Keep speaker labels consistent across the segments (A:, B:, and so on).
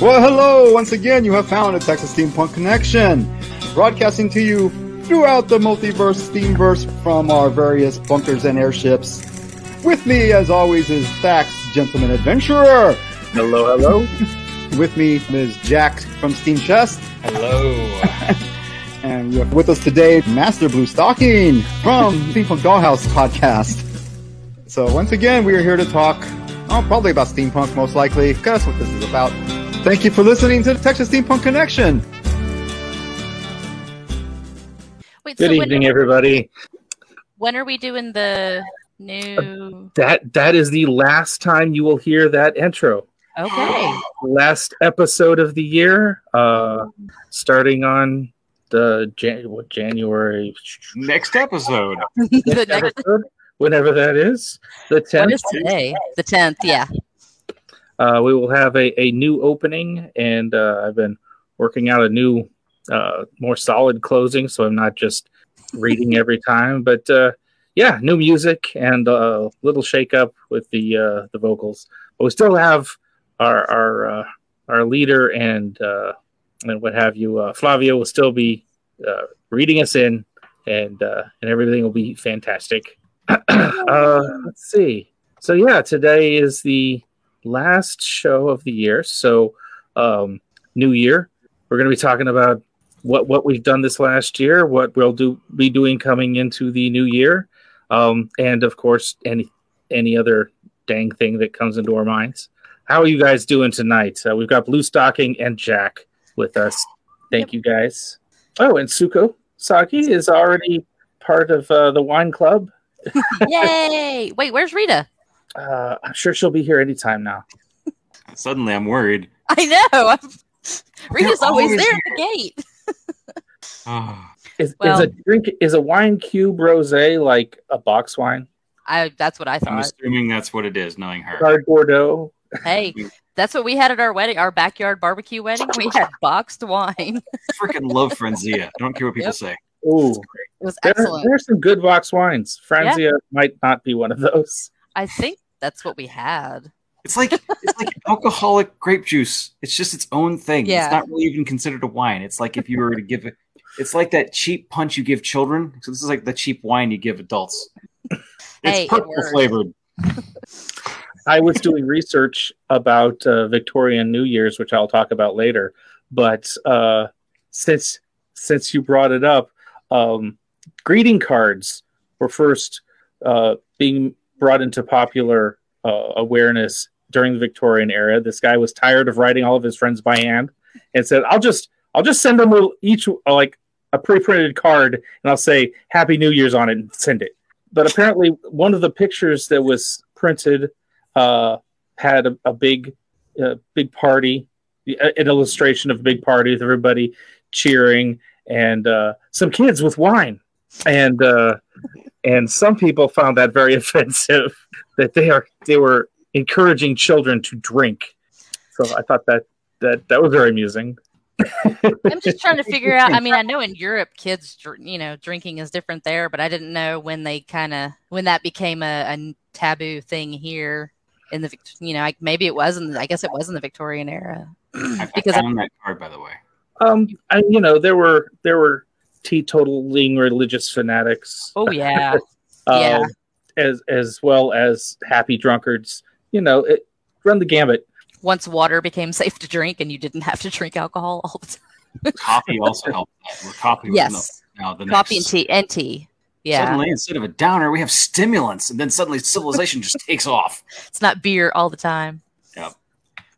A: Well, hello, once again, you have found a Texas Steampunk Connection, broadcasting to you throughout the multiverse, Steamverse, from our various bunkers and airships. With me, as always, is Thax, Gentleman Adventurer.
B: Hello, hello.
A: With me is Jack from Steam Chest.
C: Hello.
A: And we have with us today, Master Blue Stocking from Steampunk Dollhouse podcast. So once again, we are here to talk, oh, probably about steampunk, most likely. Guess what this is about. Thank you for listening to the Texas Steampunk Connection.
D: Wait,
B: Good
D: so
B: evening,
D: When,
B: everybody.
D: when are we doing the new?
B: That that is the last time you will hear that intro.
D: Okay.
B: Last episode of the year, uh, starting on the Jan- what, January
C: Next episode.
D: the next
B: episode, whenever that is, the
D: one
B: tenth.
D: is today, the tenth. Yeah.
B: Uh, we will have a, a new opening, and uh, I've been working out a new, uh, more solid closing, so I'm not just reading every time. But uh, yeah, new music and a little shake up with the uh, the vocals. But we still have our our uh, our leader and uh, and what have you. Uh, Flavio will still be uh, reading us in, and uh, and everything will be fantastic. uh, let's see. So yeah, today is the last show of the year. So, um, new year, we're going to be talking about what what we've done this last year, what we'll do be doing coming into the new year, um, and of course any any other dang thing that comes into our minds. How are you guys doing tonight? Uh, we've got Blue Stocking and Jack with us. Thank you guys. Oh, and Suko Saki is already part of uh, the wine club.
D: Yay! Wait, where's Rita?
B: Uh, I'm sure she'll be here anytime now.
C: Suddenly I'm worried.
D: I know. I'm... Rita's
C: You're
D: always
C: always
D: there at the gate.
C: Ah,
B: Is,
D: Well-
B: is a drink is a wine cube rosé like a box wine?
D: I. That's what I
C: I'm
D: thought.
C: assuming that's what it is, knowing her.
B: Card Bordeaux.
D: Hey, that's what we had at our wedding, our backyard barbecue wedding. We had boxed wine. It
C: Freaking love Franzia. I don't care what people
D: Yep.
C: say.
B: Ooh,
D: was
B: there,
D: excellent.
B: there are some good box wines. Franzia might not be one of those.
D: I think that's what we had.
C: It's like it's like alcoholic grape juice. It's just its own thing.
D: Yeah.
C: It's not really even considered a wine. It's like if you were to give it it's like that cheap punch you give children. So this is like the cheap wine you give adults. It's
D: Hey, it
C: purple
D: works.
C: flavored.
B: I was doing research about uh, Victorian New Year's, which I'll talk about later. But uh, since since you brought it up, um, greeting cards were first uh, being brought into popular uh, awareness during the Victorian era. This guy was tired of writing all of his friends by hand, and said, "I'll just I'll just send them a, each uh, like a pre-printed card, and I'll say Happy New Year's on it and send it." But apparently, one of the pictures that was printed uh, had a, a big uh, big party, a- an illustration of a big party with everybody cheering and uh, some kids with wine, and uh, and some people found that very offensive that they are they were encouraging children to drink. So I thought that that that was very amusing.
D: I'm just trying to figure out. I mean, I know in Europe, kids, dr- you know, drinking is different there, but I didn't know when they kind of when that became a, a n- taboo thing here in the, Vic- you know, like maybe it wasn't. I guess it was in the Victorian era
C: I, I
D: because I,
C: found that card by the way.
B: Um, and you know there were there were teetotaling religious fanatics.
D: oh yeah,
B: um,
D: Yeah.
B: as as well as happy drunkards. You know, it, run the gambit.
D: once water became safe to drink and you didn't have to drink alcohol all the time.
C: Coffee also helped that. Well, coffee was no-
D: Yes,
C: now the
D: coffee and
C: next-
D: tea and tea. Yeah,
C: Suddenly, instead of a downer, we have stimulants, and then suddenly civilization just takes off.
D: it's not beer all the time.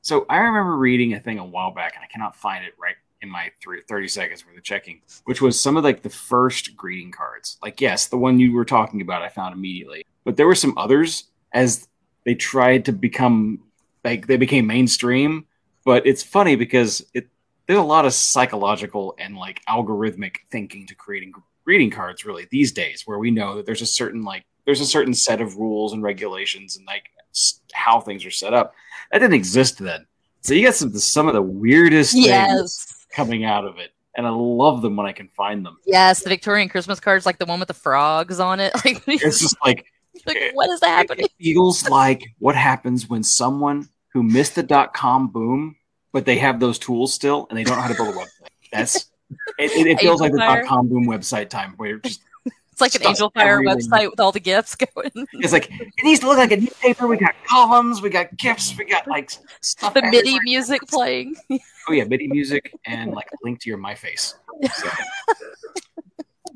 C: So I remember reading a thing a while back, and I cannot find it right in my three, 30 seconds worth of checking, which was some of like the first greeting cards. Like, yes, the one you were talking about, I found immediately, but there were some others as they tried to become like they became mainstream. But it's funny because it there's a lot of psychological and like algorithmic thinking to creating greeting cards really these days, where we know that there's a certain like there's a certain set of rules and regulations and like s- how things are set up that didn't exist then. So you got some some of the weirdest things
D: Yes.
C: coming out of it, and I love them when I can find them.
D: Yes, the Victorian Christmas cards, like the one with the frogs on it. Like,
C: It's just like
D: like what is happening?
C: it feels like what happens when someone who missed the dot com boom but they have those tools still, and they don't know how to build a website. That's it, it, it feels like the
D: Angel Fire.
C: dot com boom website time where you're just
D: It's like an
C: Stuff
D: Angel Fire
C: everywhere.
D: website with all the gifts going.
C: it's like it needs to look like a newspaper. We got columns, we got gifts, we got like stuff.
D: the MIDI
C: everywhere.
D: music playing.
C: Oh yeah, MIDI music and like a link to your my face. So,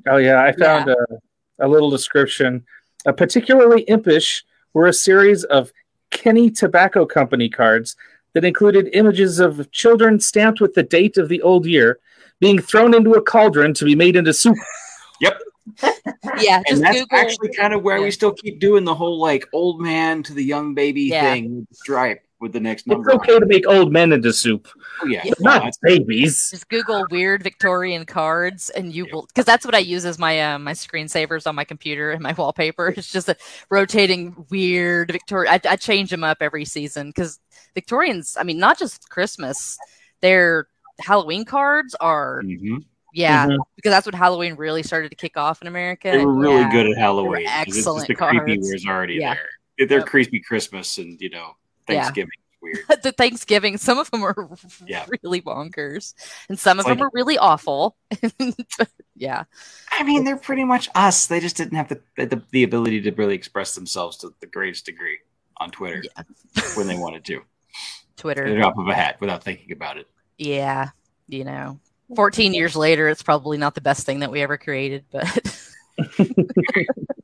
B: Oh yeah, I found A, a little description. A particularly impish were a series of Kenny Tobacco Company cards that included images of children stamped with the date of the old year being thrown into a cauldron to be made into soup.
D: Yeah, just
C: and that's
D: Google.
C: actually kind of where
D: yeah.
C: we still keep doing the whole like old man to the young baby
D: Yeah.
C: thing with the stripe with the next
B: It's
C: number. on it.
B: okay to make old men into soup,
C: Oh, yeah.
D: Yeah.
B: but not
C: That's-
B: babies.
D: just Google weird Victorian cards, and you
C: Yeah.
D: will because that's what I use as my uh, my screensavers on my computer and my wallpaper. It's just a rotating weird Victorian. I, I change them up every season because Victorians. I mean, not just Christmas. Their Halloween cards are
C: Mhm.
D: yeah
B: Mhm.
D: because that's what Halloween really started to kick off in America.
C: They were really
D: Yeah.
C: good at Halloween. 'cause It's just
D: excellent
C: the creepy
D: cards.
C: was already
D: Yeah.
C: there. If They're
D: Yep.
C: creepy Christmas and you know
D: Yeah.
C: Thanksgiving. is Weird.
D: the Thanksgiving. Some of them are
C: Yeah.
D: really bonkers, and some of
C: Like-
D: them are really awful. yeah,
C: I mean, they're pretty much us. They just didn't have the the, the ability to really express themselves to the greatest degree on Twitter
D: yeah.
C: when they wanted to. At the
D: Twitter.
C: drop of a hat without thinking about it.
D: Yeah, you know, fourteen years later, it's probably not the best thing that we ever created, but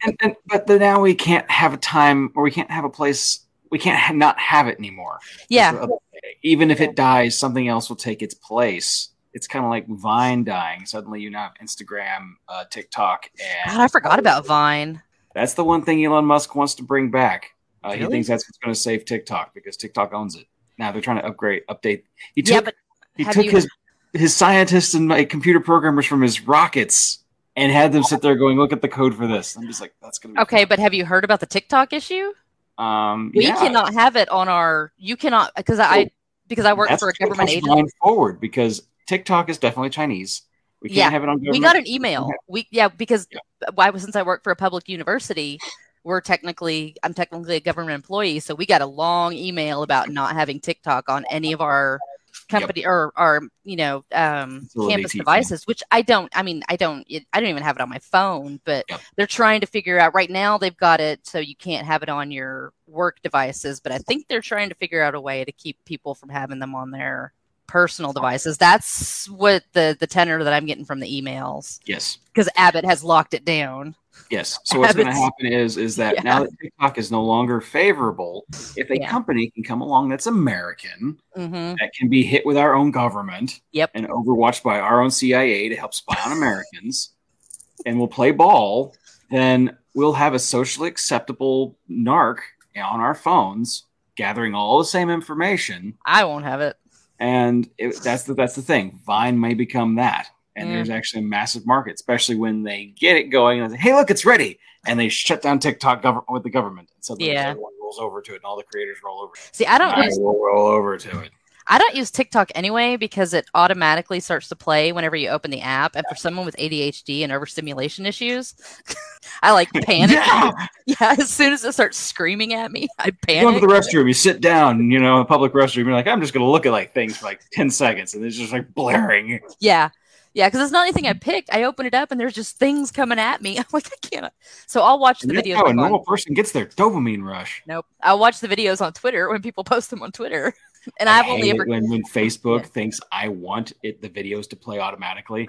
C: And, and but the, now we can't have a time or we can't have a place. We can't ha- not have it anymore.
D: yeah,
C: So, even if it dies, something else will take its place. It's kind of like Vine dying. Suddenly, you now have Instagram, uh, TikTok, and
D: God, I forgot about Vine.
C: That's the one thing Elon Musk wants to bring back. Uh, He
D: Really?
C: thinks that's what's going to save TikTok because TikTok owns it. Now they're trying to upgrade, update. He took,
D: Yeah, but
C: he
D: have
C: took
D: you-
C: his his scientists and like computer programmers from his rockets and had them sit there going, "Look at the code for this." I'm just like, that's going to be
D: okay, but have you heard about the TikTok issue?
C: Um,
D: We
C: yeah.
D: cannot have it on our. You cannot because I, I because I work
C: That's
D: for a
C: what
D: government
C: pushed
D: agency.
C: Vine forward because TikTok is definitely Chinese. We can't
D: Yeah.
C: have it on. Government.
D: we got an email.
C: Okay.
D: We yeah, because uh,
C: Yeah.
D: why was since I work for a public university, we're technically I'm technically a government employee, so we got a long email about not having TikTok on any of our company or our you know um,
C: Facility
D: campus
C: teaching.
D: devices. Which I don't. I mean, I don't. It, I don't even have it on my phone. But
C: Yep.
D: they're trying to figure out right now. They've got it so you can't have it on your work devices. But I think they're trying to figure out a way to keep people from having them on their personal devices. That's what the the tenor that I'm getting from the emails
C: Yes.
D: because Abbott has locked it down.
C: Yes. So what's going to
D: Habits.
C: happen is is that
D: Yeah.
C: now that TikTok is no longer favorable, if a
D: Yeah.
C: company can come along that's American
D: hmm
C: that can be hit with our own government,
D: Yep.
C: and overwatched by our own CIA to help spy on Americans, and will play ball, then we'll have a socially acceptable narc on our phones gathering all the same information
D: I won't have it.
C: and it, that's the that's the thing. Vine may become that,
D: Mm.
C: and there's actually a massive market, especially when they get it going and they say, "Hey, look, it's ready," and they shut down TikTok gov- with the government, and suddenly
D: Yeah.
C: everyone rolls over to it, and all the creators roll over.
D: See, I don't
C: I
D: use
C: will roll over to it.
D: I don't use TikTok anyway because it automatically starts to play whenever you open the app. And for someone with ADHD and overstimulation issues, I like panic.
C: Yeah,
D: Yeah, as soon as it starts screaming at me, I
C: you go into
D: panic.
C: the restroom, you sit down, you know, a public restroom. You're like, I'm just gonna look at like things for like ten seconds, and it's just like blaring.
D: Yeah. Yeah, because it's not anything I picked. I open it up and there's just things coming at me. I'm like, I can't. So I'll watch the
C: And that's
D: videos.
C: how a
D: like on-
C: normal person gets their dopamine rush.
D: Nope. I'll watch the videos on Twitter when people post them on Twitter. And I've
C: I
D: only
C: hate
D: ever
C: it when, when Facebook
D: Yeah.
C: thinks I want it the videos to play automatically.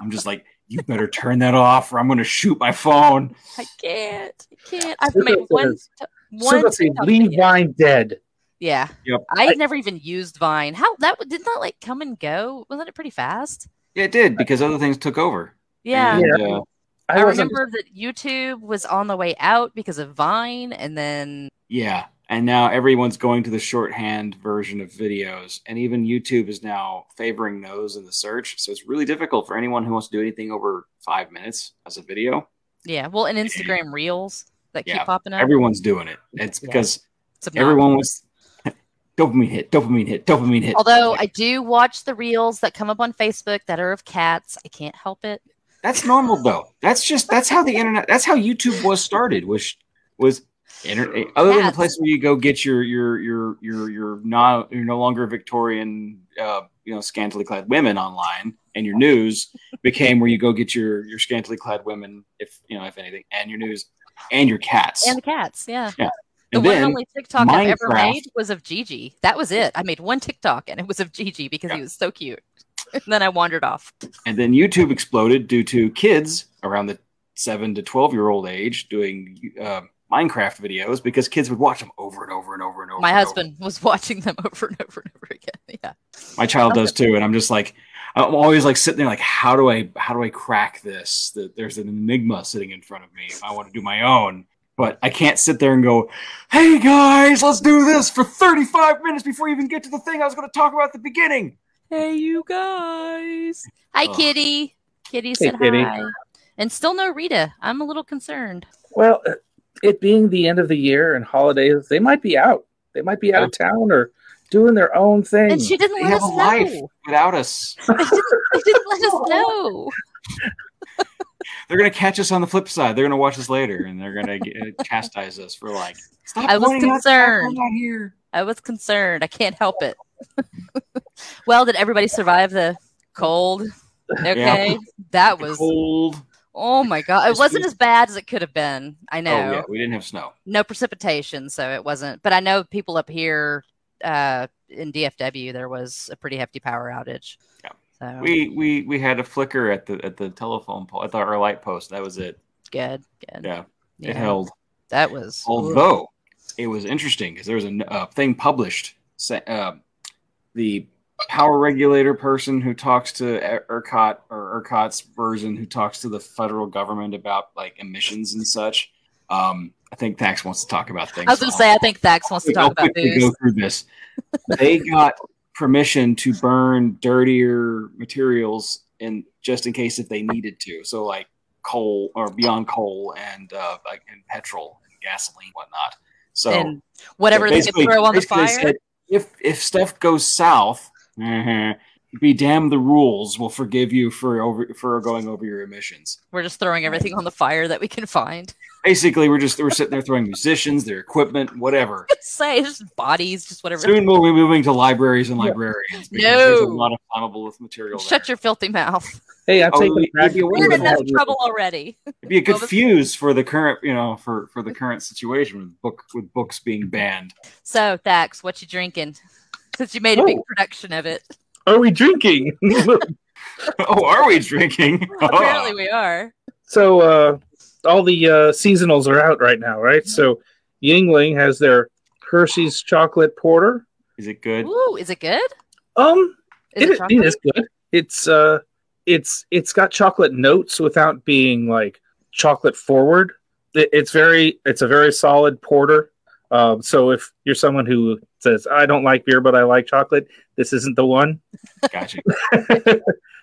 C: I'm just like, you better turn that off, or I'm going to shoot my phone.
D: I can't. I can't. I've
B: Super
D: made one.
B: says-
D: t-
B: So
D: One.
B: let's see,
D: TikTok
B: leave
D: video.
B: Vine dead.
D: Yeah.
C: Yep.
D: I
B: I-
D: had never even used Vine. How that w- did not like come and go? Wasn't it pretty fast?
C: Yeah, it did because other things took over.
D: Yeah.
B: Yeah.
C: And, uh,
D: I,
B: wasn't-
D: remember that YouTube was on the way out because of Vine, and then
C: yeah. And now everyone's going to the shorthand version of videos, and even YouTube is now favoring those in the search. So it's really difficult for anyone who wants to do anything over five minutes as a video.
D: yeah, well, and Instagram Reels that
C: Yeah.
D: keep popping up.
C: Everyone's doing it. It's
D: Yeah.
C: because
D: It's obnoxious.
C: everyone was dopamine hit, dopamine hit, dopamine hit.
D: Although
C: Like,
D: I do watch the reels that come up on Facebook that are of cats, I can't help it.
C: That's normal though. That's just that's how the internet. That's how YouTube was started. Was was Inter- other than the
D: Hats.
C: place where you go get your your your your your not you're no longer Victorian, uh, you know, scantily clad women online, and your news became where you go get your your scantily clad women, if you know, if anything, and your news and your cats.
D: and
C: And,
D: the cats. Yeah. The
C: and
D: one
C: then
D: only TikTok I've ever
C: Minecraft.
D: made was of Gigi. That was it. I made one TikTok and it was of Gigi because he was so cute. and then I wandered off.
C: and then YouTube exploded due to kids around the seven to twelve year old age doing uh, Minecraft videos because kids would watch them over and over and over and over.
D: My
C: and over.
D: husband was watching them over and over and over again. Yeah.
C: my child does too and i'm just like i'm always like sitting there like how do i how do i crack this that there's an enigma sitting in front of me if i want to do my own but i can't sit there and go hey guys let's do this for 35 minutes before you even get to the thing i was going to talk about at the beginning
D: Hey, you guys. Hi,
C: Ugh.
D: Kitty. Kitty
B: Hey,
D: said
B: Kitty.
D: hi. And still no Rita. I'm a little concerned.
B: Well, uh, it being the end of the year and holidays, they might be out. They might be out of town or doing their own thing.
D: And she didn't
C: they
D: let
C: have
D: us
C: a life
D: know.
C: without us
D: She didn't let us know.
C: they're going to catch us on the flip side they're going to watch us later and they're going to chastise us for like stop
D: I was
C: pointing out the fact I'm
D: concerned.
C: not here
D: I was concerned. I can't help it. well, did everybody survive the cold? Okay. That was
C: cold
D: Oh my god. It
C: Just
D: wasn't
C: be-
D: as bad as it could have been. I know.
C: oh yeah we didn't have snow
D: No precipitation, so it wasn't. But I know people up here uh in DFW there was a pretty hefty power outage.
C: Yeah.
D: So
C: we we we had a flicker at the at the telephone pole at the, our light post. That was it.
D: good, good.
C: Yeah,
D: Yeah.
C: it held.
D: That was
C: Although it was interesting because there was a n- uh, thing published. sa- Uh, the power regulator person who talks to E- ERCOT or ERCOT's version who talks to the federal government about like emissions and such. Um, I think Tax wants to talk about things.
D: I was gonna
C: so
D: say I think Thax wants to
C: I'll
D: talk about
C: quickly go
D: booze.
C: through this. They got permission to burn dirtier materials in just in case if they needed to. So like coal or beyond coal and uh, like and petrol and gasoline and whatnot. So
D: and whatever
C: so
D: they could
C: basically-
D: throw on the
C: basically
D: fire.
C: they said, if if stuff goes south, uh-huh, be damn the rules. We'll forgive you for over for going over your emissions.
D: We're just throwing everything on the fire that we can find.
C: Basically, we're just we're sitting there throwing musicians, their equipment, whatever.
D: Say just bodies, just whatever.
C: Soon we'll be moving to libraries and librarians because there's a
D: No.
C: lot of flammable material.
D: Shut
C: there.
D: your filthy mouth.
B: hey, I'm
C: Oh,
B: taking
C: you'd
B: back
C: be aware
D: We're
C: We're
D: in enough
B: Yeah.
D: trouble already.
C: It'd be a good
D: Well, the-
C: fuse for the current, you know, for for the current situation with book with books being banned.
D: So Thax, what you drinking? Since you made a big
B: Oh.
D: production of it.
B: Are we drinking?
C: oh, are we drinking? Oh.
D: Apparently we are.
B: so uh, all the uh, seasonals are out right now, right? So Yingling has their Hershey's chocolate porter.
C: Is it good?
D: Ooh, is it good?
B: Um,
D: Is it,
B: it-
D: chocolate?
B: it is good. It's uh, it's it's got chocolate notes without being like chocolate forward. It- it's very it's a very solid porter. Um, so if you're someone who says I don't like beer but I like chocolate, this isn't the one
C: Gotcha.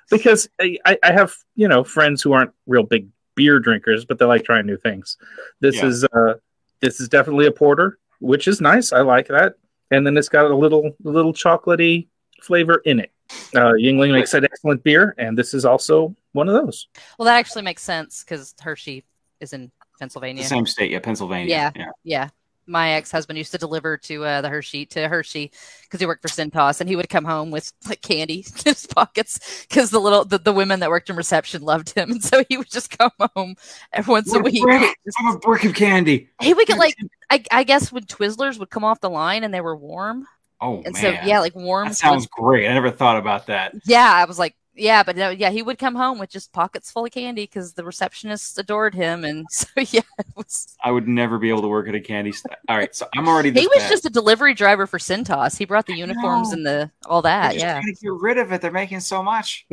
B: because I, I I have you know friends who aren't real big beer drinkers, but they like trying new things. This
C: Yeah.
B: is uh, this is definitely a porter, which is nice. I like that, and then it's got a little little chocolatey flavor in it. Uh, Yingling makes an excellent beer, and this is also one of those.
D: Well, that actually makes sense because Hershey is in
C: It's The
D: Pennsylvania.
C: same state, yeah, Pennsylvania.
D: Yeah. Yeah. My ex-husband used to deliver to uh, the Hershey to Hershey because he worked for Centos, and he would come home with like candy in his pockets because the little the, the women that worked in reception loved him, and so he would just come home every once
C: What
D: a
C: a
D: week.
C: brick! I have a brick of candy.
D: He would get like I, I guess when Twizzlers would come off the line and they were warm,
C: Oh
D: and
C: man,
D: so yeah, like warm.
C: that sounds great. I never thought about that.
D: Yeah, I was like, yeah, but no, yeah, he would come home with just pockets full of candy because the receptionists adored him, and so yeah, it was.
C: I would never be able to work at a candy store. All right, so I'm already. This
D: He was
C: bad.
D: just a delivery driver for Centos. He brought the uniforms and the all
C: They're
D: that.
C: just
D: Yeah,
C: trying to get rid of it. They're making so much.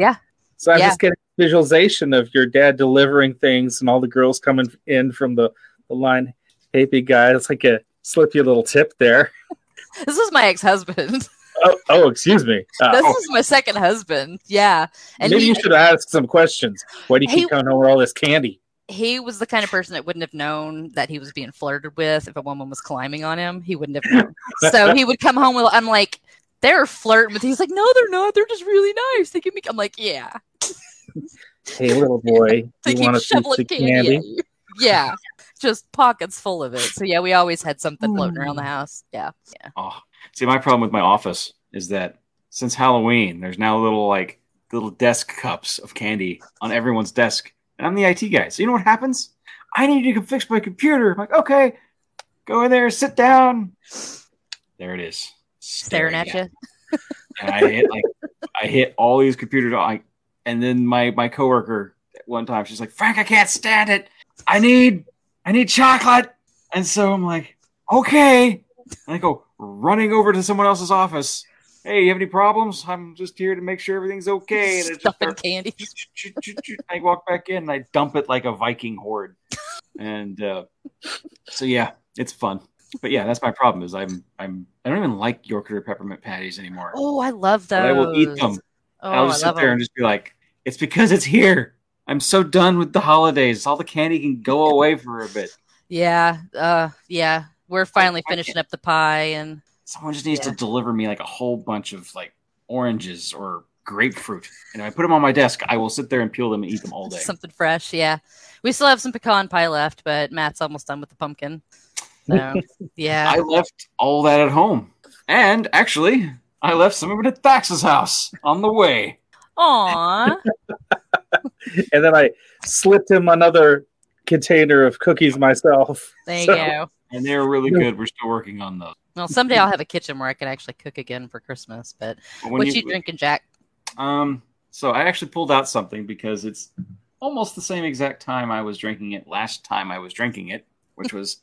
B: So I'm
D: Yeah.
B: just getting a visualization of your dad delivering things, and all the girls coming in from the, the line. Hey, big guy, it's like a slip you a little tip there.
D: this was my ex-husband.
B: Oh, oh excuse me. Uh,
D: this
C: oh.
D: was my second husband. Yeah, and
B: Maybe
D: he,
B: you should ask some questions. Why do you
D: He-
B: keep coming home with all this candy?
D: he was the kind of person that wouldn't have known that he was being flirted with if a woman was climbing on him. He wouldn't have known. so he would come home with. I'm like, they're flirting with. He's like, no, they're not. They're just really nice. They give me. I'm like, yeah.
B: Hey, little boy,
D: They
B: you want
D: keep
B: a piece
D: shoveling
B: of
D: candy.
B: candy?
D: at you. Yeah. just pockets full of it. So yeah, we always had something floating around
C: Hmm.
D: the house. Yeah, yeah.
C: Oh, see, my problem with my office is that since Halloween, there's now little like little desk cups of candy on everyone's desk, and I'm the IT guy. So you know what happens? I need you to fix my computer. I'm like, okay, go in there, sit down. There it is,
D: Staring at you.
C: And I hit like I hit all these computers. I, and then my my coworker at one time she's like, Frank, I can't stand it. I need I need chocolate. And so I'm like, okay. And I go running over to someone else's office. Hey, you have any problems? I'm just here to make sure everything's okay. And I just
D: Stuffing
C: start-
D: candy.
C: I walk back in and I dump it like a Viking horde. And uh, so yeah, it's fun. But yeah, that's my problem is I'm I'm I don't even like Yorkshire peppermint patties anymore.
D: Oh, I love those.
C: But I will eat them.
D: Oh,
C: I'll just
D: I love
C: sit there and just be like, it's because it's here. I'm so done with the holidays. All the candy can go away for a bit.
D: Yeah, uh, yeah. We're finally
C: I can't-
D: finishing up the pie, and
C: Someone just needs
D: Yeah.
C: to deliver me like a whole bunch of like oranges or grapefruit. And if I put them on my desk, I will sit there and peel them and eat them all day.
D: something fresh. Yeah, we still have some pecan pie left, but Matt's almost done with the pumpkin. So yeah,
C: I left all that at home. And actually, I left some of it at Thax's house on the way.
D: Aw.
B: and then I slipped him another container of cookies myself.
D: There you
B: So-
D: go.
C: And they're really good. We're still working on those.
D: Well, someday I'll have a kitchen where I can actually cook again for Christmas. But
C: But when
D: what you, drinking, Jack?
C: Um, so I actually pulled out something because it's almost the same exact time I was drinking it last time I was drinking it, which was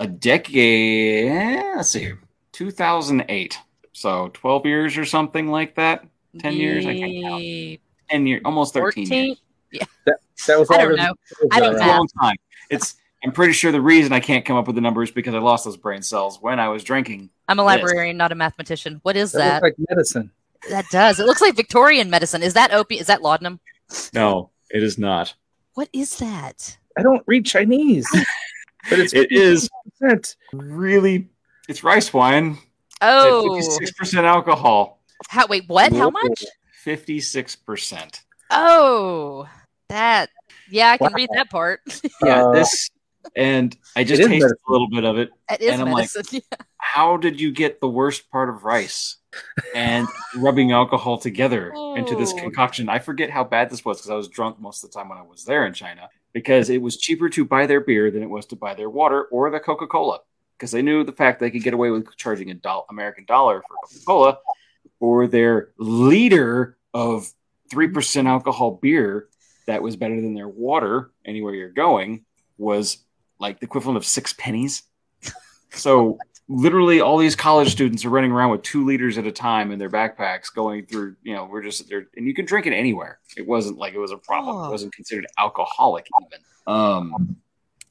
C: a decade. Let's see, here, 2008. So 12 years or something like that. 10 years, I can't count.
D: Ye-
C: 10 years, almost 13.
D: 14?
C: Years.
B: That was
D: I
B: all
D: don't
B: the-
D: know. I don't
C: It's a
D: know.
C: long time. It's. I'm pretty sure the reason I can't come up with the number is because I lost those brain cells when I was drinking.
D: I'm a
C: Yes.
D: librarian, not a mathematician. What is
B: That looks
D: that?
B: like medicine.
D: that does. It looks like Victorian medicine. Is that opium? Is that laudanum?
C: No, it is not.
D: What is that?
B: I don't read Chinese, but it's
C: It is
B: 50%.
C: really. It's rice wine.
D: Oh,
C: Fifty-six percent alcohol.
D: how? Wait, what? How much?
C: Fifty-six percent.
D: Oh, that. Yeah, I can read that part.
C: Yeah,
B: Uh,
C: this and I just
B: it is
C: tasted
B: medicine.
C: a little bit of it.
D: That is
C: And I'm like-
D: medicine.
C: How did you get the worst part of rice and rubbing alcohol together into this
D: Ooh.
C: concoction? I forget how bad this was because I was drunk most of the time when I was there in China because it was cheaper to buy their beer than it was to buy their water or the Coca Cola because they knew the fact they could get away with charging a doll- American dollar for Coca Cola or their liter of 3% alcohol beer that was better than their water anywhere you're going was like the equivalent of six pennies. So literally all these college students are running around with two liters at a time in their backpacks going through, you know, we're just there and you can drink it anywhere. It wasn't like it was a problem.
D: Oh.
C: It wasn't considered alcoholic even. Um,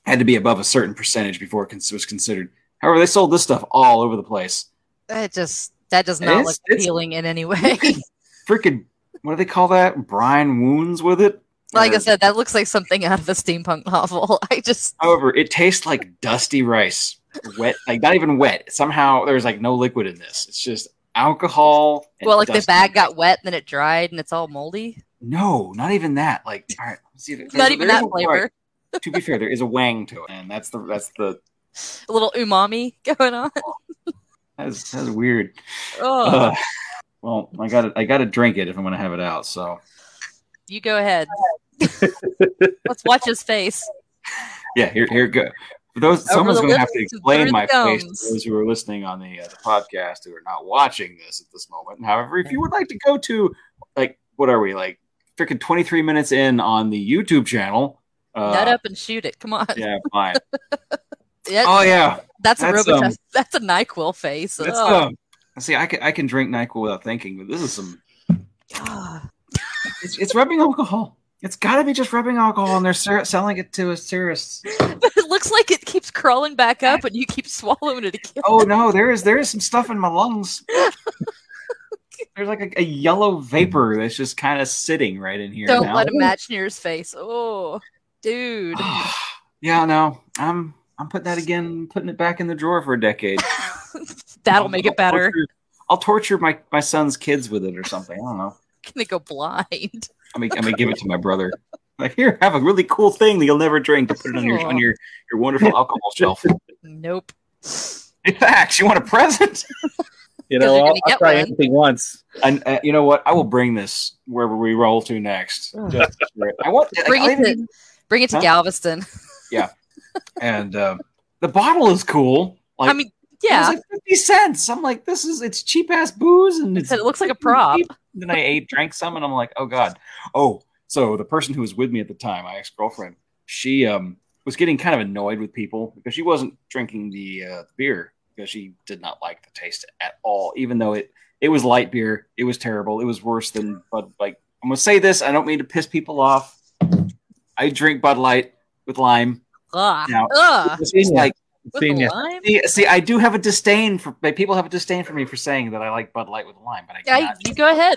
C: had to be above a certain percentage before it cons- was considered. However, they sold this stuff all over the place.
D: That just that does not
C: is-
D: look
C: it's-
D: appealing in any way.
C: Freaking, what do they call that? Brine wounds with it?
D: like I
C: Or-
D: said, that looks like something out of a steampunk novel. I just
C: However, it tastes like dusty rice, wet, like not even wet. Somehow there's like no liquid in this. It's just alcohol. and
D: well, like the
C: dusty
D: bag
C: rice.
D: got wet, and then it dried, and it's all moldy.
C: No, not even that. Like, all right, let's see if it,
D: Not even
C: there's
D: that
C: a
D: flavor.
C: wang- to be fair, there is a wang to it, and that's the that's the
D: A little umami going on.
C: that's that's weird.
D: Oh,
C: Uh, well, I got to I got to drink it if I'm gonna have it out. So
D: you go ahead. Let's watch his face.
C: yeah, here here it go. For those
D: Over
C: someone's
D: the
C: gonna have to
D: lips and
C: explain
D: through
C: my
D: the
C: face to
D: gums.
C: those who are listening on the uh, the podcast who are not watching this at this moment. However, if you would like to go to like what are we like freaking 23 minutes in on the YouTube channel? Uh,
D: Nut up and shoot it. Come on.
C: Yeah, fine.
D: Yeah,
C: oh yeah,
D: that's, a
C: that's,
D: Robitussin.
C: um,
D: that's a Nyquil face.
C: that's
D: Oh,
C: um. See, I can I can drink Nyquil without thinking, but this is some
D: God.
C: It's, it's rubbing alcohol. It's got to be just rubbing alcohol, and they're ser- selling it to us tourists.
D: it looks like it keeps crawling back up, and you keep swallowing it again.
C: Oh no, there is there is some stuff in my lungs. There's like a, a yellow vapor that's just kind of sitting right in here.
D: Don't
C: now.
D: let him match near his face. Oh, dude.
C: yeah, no, I'm I'm putting that again, putting it back in the drawer for a decade.
D: That'll
C: I'll-
D: make
C: I'll
D: it better.
C: torture- I'll torture my my son's kids with it or something. I don't know.
D: Gonna go blind.
C: I mean, I mean, give it to my brother. Like here, have a really cool thing that you'll never drink to put it on your on your, your wonderful alcohol shelf.
D: Nope.
C: In fact, you want a present?
B: You
D: Because
B: know,
D: you're
B: I'll,
D: gonna
B: I'll
D: get
B: try
D: one.
B: anything once.
C: And uh, you know what? I will bring this wherever we roll to next. Just to share it. I want like,
D: Bring
C: I'll
D: it
C: even-
D: Bring it to
C: Huh?
D: Galveston.
C: and um, the bottle is cool. Like,
D: I mean, yeah.
C: It was like 50 cents. I'm like, this is it's cheap ass booze and it's
D: said it looks like a prop.
C: cheap. And Then I ate, drank some, and I'm like, oh god. Oh, so the person who was with me at the time, my ex girlfriend, she um was getting kind of annoyed with people because she wasn't drinking the uh, beer because she did not like the taste at all, even though it it was light beer. It was terrible. It was worse than Bud. Like I'm gonna say this. I don't mean to piss people off. I drink Bud Light with lime.
D: Ugh.
C: Now-
D: Ugh.
C: This is
B: Yeah.
C: like
D: With
B: Seen ya.
D: lime?
C: See, see, I do have a disdain for like, people have a disdain for me for saying that I like Bud Light with lime, but I
D: Yeah,
C: cannot.
D: you go ahead.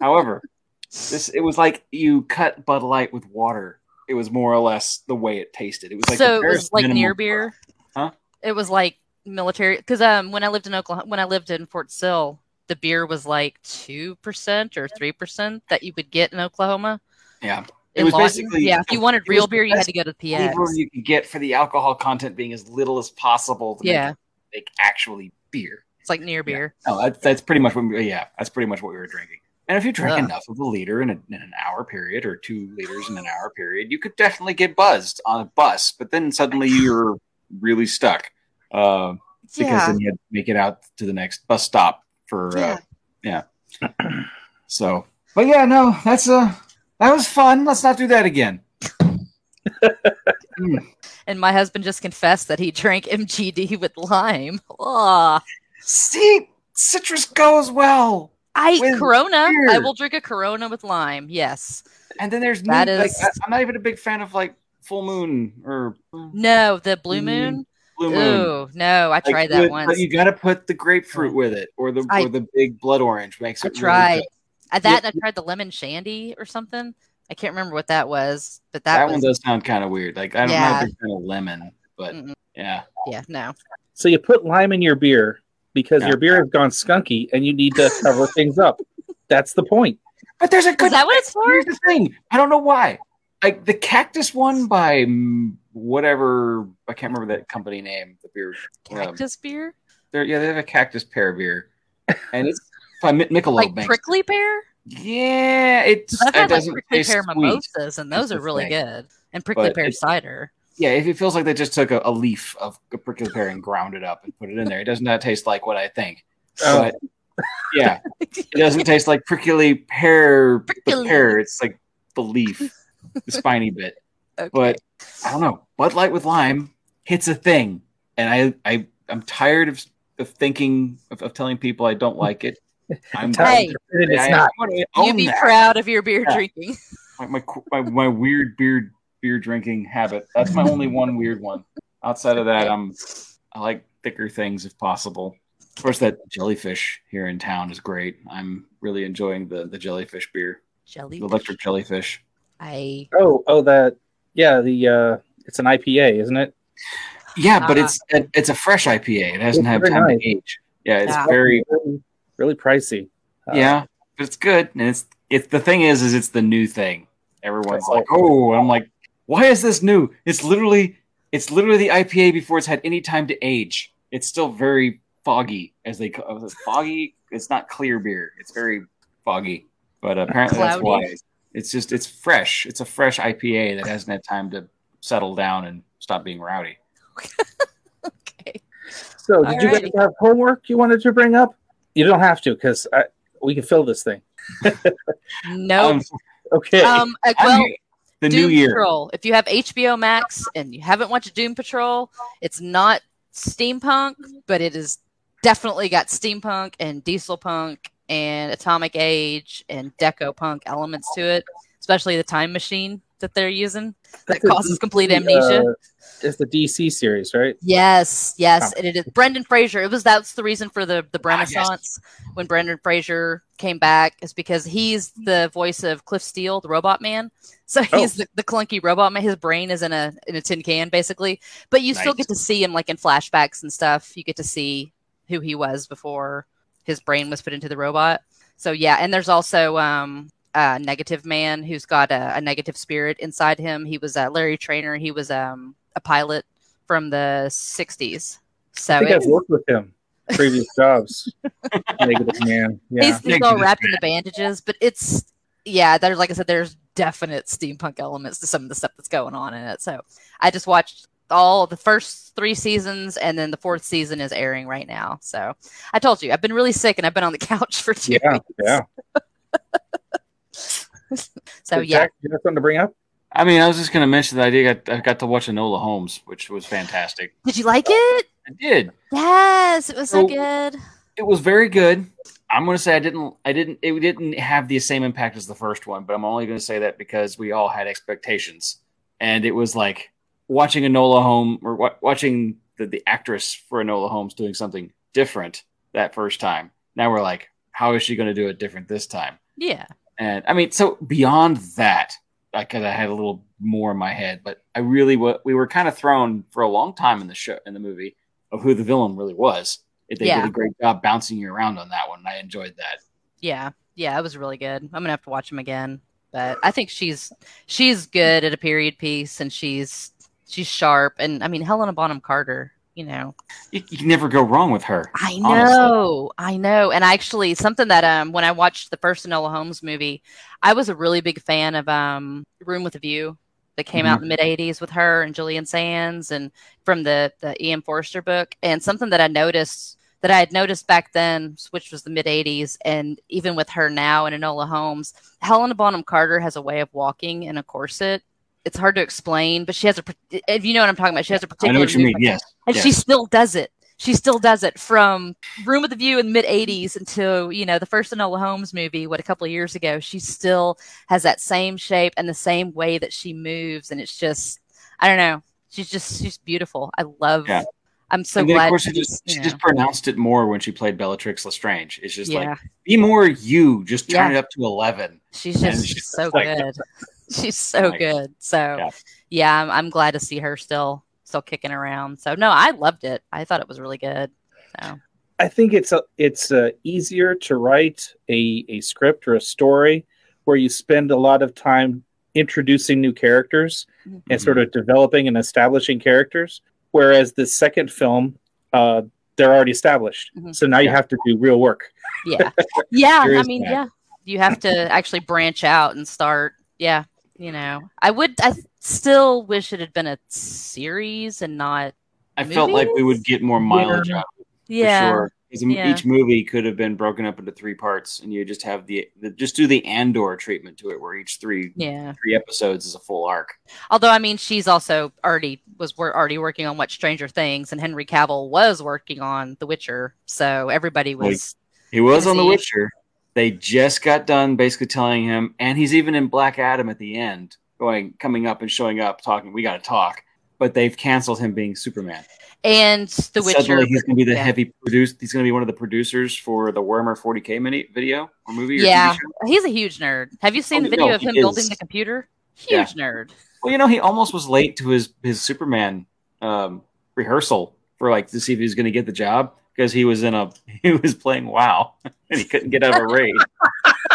C: However, this it was like you cut Bud Light with water. It was more or less the way it tasted. It was like
D: so
C: the
D: it was
C: barest
D: like
C: minimum-
D: near beer.
C: Huh?
D: It was like military because um when I lived in Oklahoma when I lived in Fort Sill, the beer was like two percent or three percent that you could get in Oklahoma.
C: Yeah. It
D: In
C: was
D: Lawton.
C: basically-
D: yeah. If you wanted
C: it was
D: real
C: the
D: beer, you had
C: best
D: to go to
C: flavor
D: PX.
C: you could get for the alcohol content being as little as possible. To
D: Yeah.
C: make, it- make actually beer.
D: It's like near beer.
C: No, that, that's pretty much what. We, yeah, that's pretty much what we were drinking. And if you drink
D: Ugh.
C: enough of a liter in, a, in an hour period, or two liters in an hour period, you could definitely get buzzed on a bus. But then suddenly you're really stuck uh, because
D: Yeah.
C: then you had to make it out to the next bus stop for. Uh, yeah. so, but yeah, no, that's uh that was fun. Let's not do that again.
D: And my husband just confessed that he drank MGD with lime. Ugh.
C: See, citrus goes well.
D: I
C: With
D: Corona. I
C: beer.
D: will drink a Corona with lime. Yes.
C: And then there's
D: That
C: new- like,
D: is-
C: I- I'm not even a big fan of like full moon or blue
D: No, the Blue
C: Mm,
D: Moon.
C: moon.
D: Ooh, no, I
C: Like,
D: tried
C: do
D: that
C: it-
D: once. Oh.
C: But you got to put the grapefruit with it, or the
D: I-
C: or the big blood orange makes
D: I
C: it. really
D: tried
C: good.
D: I that
C: Yeah.
D: and I tried the lemon shandy or something. I can't remember what that was, but that,
C: that
D: was
C: one does sound kind of weird. Like I'm
D: Yeah.
C: not a big fan of lemon, but
D: Mm-mm.
C: yeah,
D: yeah, no.
B: So you put lime in your beer because
C: Yeah.
B: your beer has gone skunky and you need to cover things up. That's the point.
C: but there's a good.
D: Is that what it's for?
C: Here's the thing. I don't know why. Like the cactus one by mm, whatever I can't remember that company name. The beer. um,
D: Cactus beer?
C: they're- yeah, they have a cactus pear beer, and it's by Mi- Michelob.
D: Like
C: makes it.
D: prickly pear?
C: Yeah, it's
D: I've
C: it
D: had like
C: doesn't
D: prickly
C: taste
D: pear
C: sweet.
D: mimosas, and
C: That's
D: those are
C: the
D: really
C: thing.
D: good. And prickly
C: But
D: pear
C: it's-
D: cider.
C: Yeah, if it feels like they just took a, a leaf of a prickly pear and ground it up and put it in there, it does not taste like what I think.
B: Oh.
C: But yeah, it doesn't taste like prickly pear. The
D: Prickly.
C: pear, it's like the leaf, the spiny bit.
D: Okay.
C: But I don't know. Bud Light with lime hits a thing, and I I I'm tired of of thinking of, of telling people I don't like it. I'm
D: Hey.
B: And it's
C: I-
B: not.
C: I wanna
D: you
C: own
D: be
C: that.
D: proud of your beer
C: Yeah.
D: drinking.
C: my my my, my weird beer beer drinking habit. That's my only one weird one. Outside of that, I'm I like thicker things if possible. Of course, that jellyfish here in town is great. I'm really enjoying the the jellyfish beer,
D: Jelly.
C: the electric jellyfish.
D: I
B: Oh, oh, that. Yeah, the uh, it's an IPA, isn't it?
C: Yeah, but
D: Ah.
C: it's it- it's a fresh IPA. It hasn't
B: It's
C: had
B: very
C: time
B: nice.
C: to age. Yeah, it's
D: Yeah.
C: very
B: really, really pricey. Uh,
C: yeah, but it's good. And it's it's the thing is is it's the new thing. Everyone's
B: Oh.
C: like, oh, I'm like, why is this new? It's literally it's literally the IPA before it's had any time to age. It's still very foggy, as they call it. foggy. It's not clear beer. It's very foggy. But apparently that's
D: Cloudy.
C: why it's just it's fresh. It's a fresh IPA that hasn't had time to settle down and stop being rowdy.
D: okay.
B: So, did you guys
D: Alrighty.
B: have homework you wanted to bring up? You don't have to because we can fill this thing.
D: No.
C: Um,
B: Okay.
D: Um, uh,
C: I'm
D: well,
C: here- the
D: Doom
C: new year.
D: Patrol. If you have HBO Max and you haven't watched Doom Patrol, it's not steampunk, but it is definitely got steampunk and diesel punk and atomic age and deco punk elements to it, especially the time machine that they're using that
B: That's a
D: causes complete
B: DC,
D: amnesia.
B: uh, it's the DC series, right?
D: Yes, yes, and it is Brendan Fraser. It was that's the reason for the the
C: Oh. Ah, yes.
D: Renaissance when Brendan Fraser came back is because he's the voice of Cliff Steele, the Robot Man. So
C: Oh.
D: he's the, the clunky robot man. His brain is in a in a tin can basically, but you still
C: Nice.
D: get to see him like in flashbacks and stuff. You get to see who he was before his brain was put into the robot. So yeah, and there's also um uh, negative man who's got a, a negative spirit inside him. He was uh, Larry Trainer. He was um, a pilot from the '60s. So
B: I think
D: it-
B: I've worked with him previous jobs. Negative man. Yeah.
D: he's, he's all
C: Negative
D: wrapped in the bandages, but it's yeah. There's like I said, there's definite steampunk elements to some of the stuff that's going on in it. So I just watched all the first three seasons, and then the fourth season is airing right now. So I told you, I've been really sick, and I've been on the couch for two.
B: Yeah.
D: weeks.
B: Yeah.
D: So
B: Hey,
D: yeah,
B: Jack, you have something to bring up?
C: I mean, I was just going to mention that I did. Got, I got to watch Enola Holmes, which was fantastic.
D: did you like it?
C: I did.
D: Yes, it was so
C: So-
D: good.
C: It was very good. I'm going to say I didn't. I didn't. It didn't have the same impact as the first one, but I'm only going to say that because we all had expectations, and it was like watching Enola Holmes or wa- watching the, the actress for Enola Holmes doing something different that first time. Now we're like, how is she going to do it different this time?
D: Yeah,
C: And I mean, so beyond that, because I had a little more in my head, but I really wa we were kind of thrown for a long time in the show in the movie of who the villain really was. If they
D: Yeah.
C: did a great job bouncing you around on that one, and I enjoyed that.
D: yeah, yeah. It was really good. I'm gonna have to watch him again, but I think she's she's good at a period piece, and she's she's sharp. And I mean, Helena Bonham Carter, you know,
C: You, you can never go wrong with her.
D: I
C: honestly.
D: know, I know. And I actually something that um when I watched the first Enola Holmes movie, I was a really big fan of um Room with a View that came
C: Mm-hmm.
D: out in the mid '80s with her and Julian Sands and from the the Ian Forster book. And something that I noticed that I had noticed back then, which was the mid '80s, and even with her now in Enola Holmes, Helena Bonham Carter has a way of walking in a corset. It's hard to explain, but she has a. par- If you know what I'm talking about, she has a
C: I
D: particular.
C: know what you mean.
D: movement
C: Yes.
D: and
C: Yes.
D: she still does it. She still does it from Room with the View in the mid '80s until you know the first Enola Holmes movie, what a couple of years ago. She still has that same shape and the same way that she moves, and it's just I don't know. She's just she's beautiful. I love.
C: Yeah.
D: I'm so
C: and then,
D: glad.
C: of course, she
D: she's,
C: just
D: you
C: she
D: know,
C: just pronounced it more when she played Bellatrix Lestrange. It's just
D: Yeah.
C: like be more you. Just turn it
D: Yeah.
C: up to eleven.
D: she's
C: and
D: just
C: she's
D: so
C: just like-
D: good. she's so
C: Like-
D: good. So yeah,
C: Yeah.
D: I'm, I'm glad to see her still still kicking around. So no, I loved it. I thought it was really good. So
B: I think it's a, it's uh easier to write a, a script or a story where you spend a lot of time introducing new characters and
C: Mhm.
B: sort of developing and establishing characters. Whereas the second film, uh, they're already established,
D: Mhm.
B: so now you
C: Yeah.
B: have to do real work.
D: yeah yeah
B: There
D: i
B: is
D: mean
B: that.
D: yeah you have to actually branch out and start yeah you know i would i still wish it had been a series and not
C: I felt like we would get more mileage out.
D: yeah
C: for sure. 'Cause m-
D: Yeah.
C: Each movie could have been broken up into three parts, and you just have the, the just do the Andor treatment to it, where each three
D: yeah
C: three episodes is a full arc.
D: although i mean she's also already was we're already working on what stranger things and henry cavill was working on the witcher so everybody
C: Like-
D: was
C: He was
D: Is
C: on The
D: he?
C: Witcher. They just got done basically telling him, and he's even in Black Adam at the end, going coming up and showing up, talking. We got to talk, but they've canceled him being Superman.
D: and the witcher
C: Suddenly, he's going to be the
D: yeah.
C: heavy produce. He's going to be one of the producers for the Wormer 40k mini video or movie. Or TV
D: Yeah.
C: show.
D: he's a huge nerd have you seen
C: Oh,
D: the video
C: no,
D: of
C: he
D: him building
C: is.
D: the computer
C: Yeah.
D: huge nerd
C: Well, you know, he almost was late to his his Superman um, rehearsal for like to see if he was going to get the job because he was in a he was playing WoW and he couldn't get out of a raid.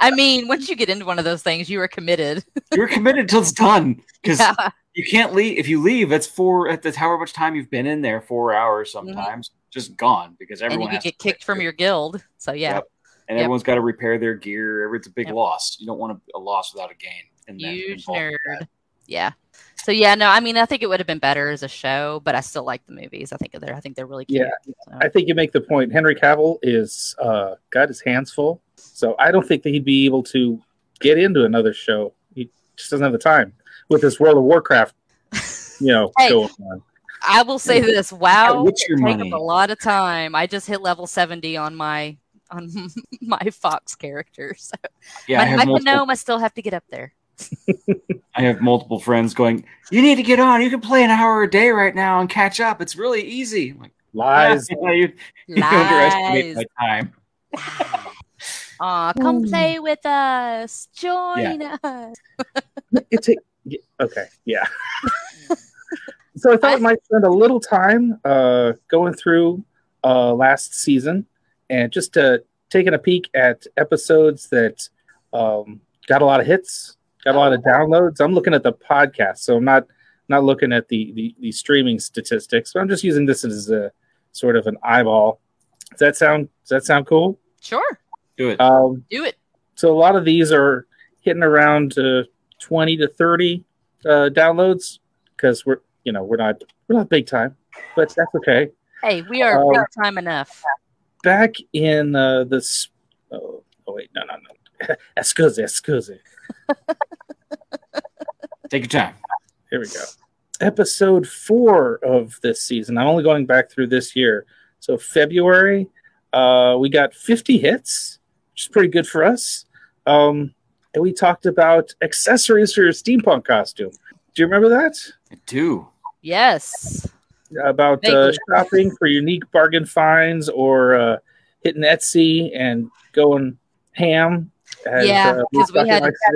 D: i mean once you get into one of those things you are committed
C: You're committed till it's done because
D: yeah
C: you can't leave. If you leave, that's four at that's however much time you've been in there four hours sometimes just gone because
D: Mm-hmm. and you
C: everyone
D: could
C: has
D: get
C: to quit
D: kicked from
C: too.
D: your guild so yeah
C: Yep. and
D: yep.
C: everyone's got to repair their gear. It's a big
D: Yep.
C: loss. You don't want a, a loss without a gain. And that-
D: huge
C: involved
D: nerd.
C: with that.
D: Yeah. So yeah, no, I mean, I think it would have been better as a show, but I still like the movies. I think they're, I think they're really cute.
B: Yeah.
D: so.
B: I think you make the point. Henry Cavill is uh, got his hands full, so I don't think that he'd be able to get into another show. He just doesn't have the time with this World of Warcraft, you know,
D: Hey,
B: going on.
D: I will say this: Wow,
C: what's your
D: take
C: money?
D: up a lot of time. I just hit level seventy on my on my Fox character. So
C: Yeah, I
D: my,
C: have
D: my
C: multiple
D: gnome, I still have to get up there.
C: I have multiple friends going, You need to get on. You can play an hour a day right now and catch up. It's really easy. I'm like,
B: Lies.
C: "Ah, you, you underestimate
D: Lies.
C: my time.
D: Aw, come
C: hmm.
D: play with us. Join us.
B: it take yeah, okay yeah so i thought i might spend a little time uh going through uh last season and just uh taking a peek at episodes that Um, got a lot of hits, got a lot of downloads. I'm looking at the podcast, so I'm not not looking at the the, the streaming statistics. But I'm just using this as a sort of an eyeball. Does that sound Does that sound cool?
D: Sure,
C: Do it.
B: Um,
D: do it.
B: so a lot of these are hitting around uh, 20 to 30 uh, downloads because we're you know we're not we're not big time, but that's okay.
D: Hey, we
C: Oh.
D: are
B: Um,
D: big time enough.
B: back in uh, the s- oh, oh wait no no no excuse excuse
C: Take your time.
B: here we go episode four of this season i'm only going back through this year so february uh, we got 50 hits which is pretty good for us um, and we talked about accessories for your steampunk costume do you remember that
C: Do.
D: Yes.
B: about
D: Thank
B: uh,
D: you.
B: shopping for unique bargain finds or uh, hitting Etsy and going ham. as,
D: Yeah,
B: uh,
D: 'cause we
B: Mustafa
D: had-
B: likes to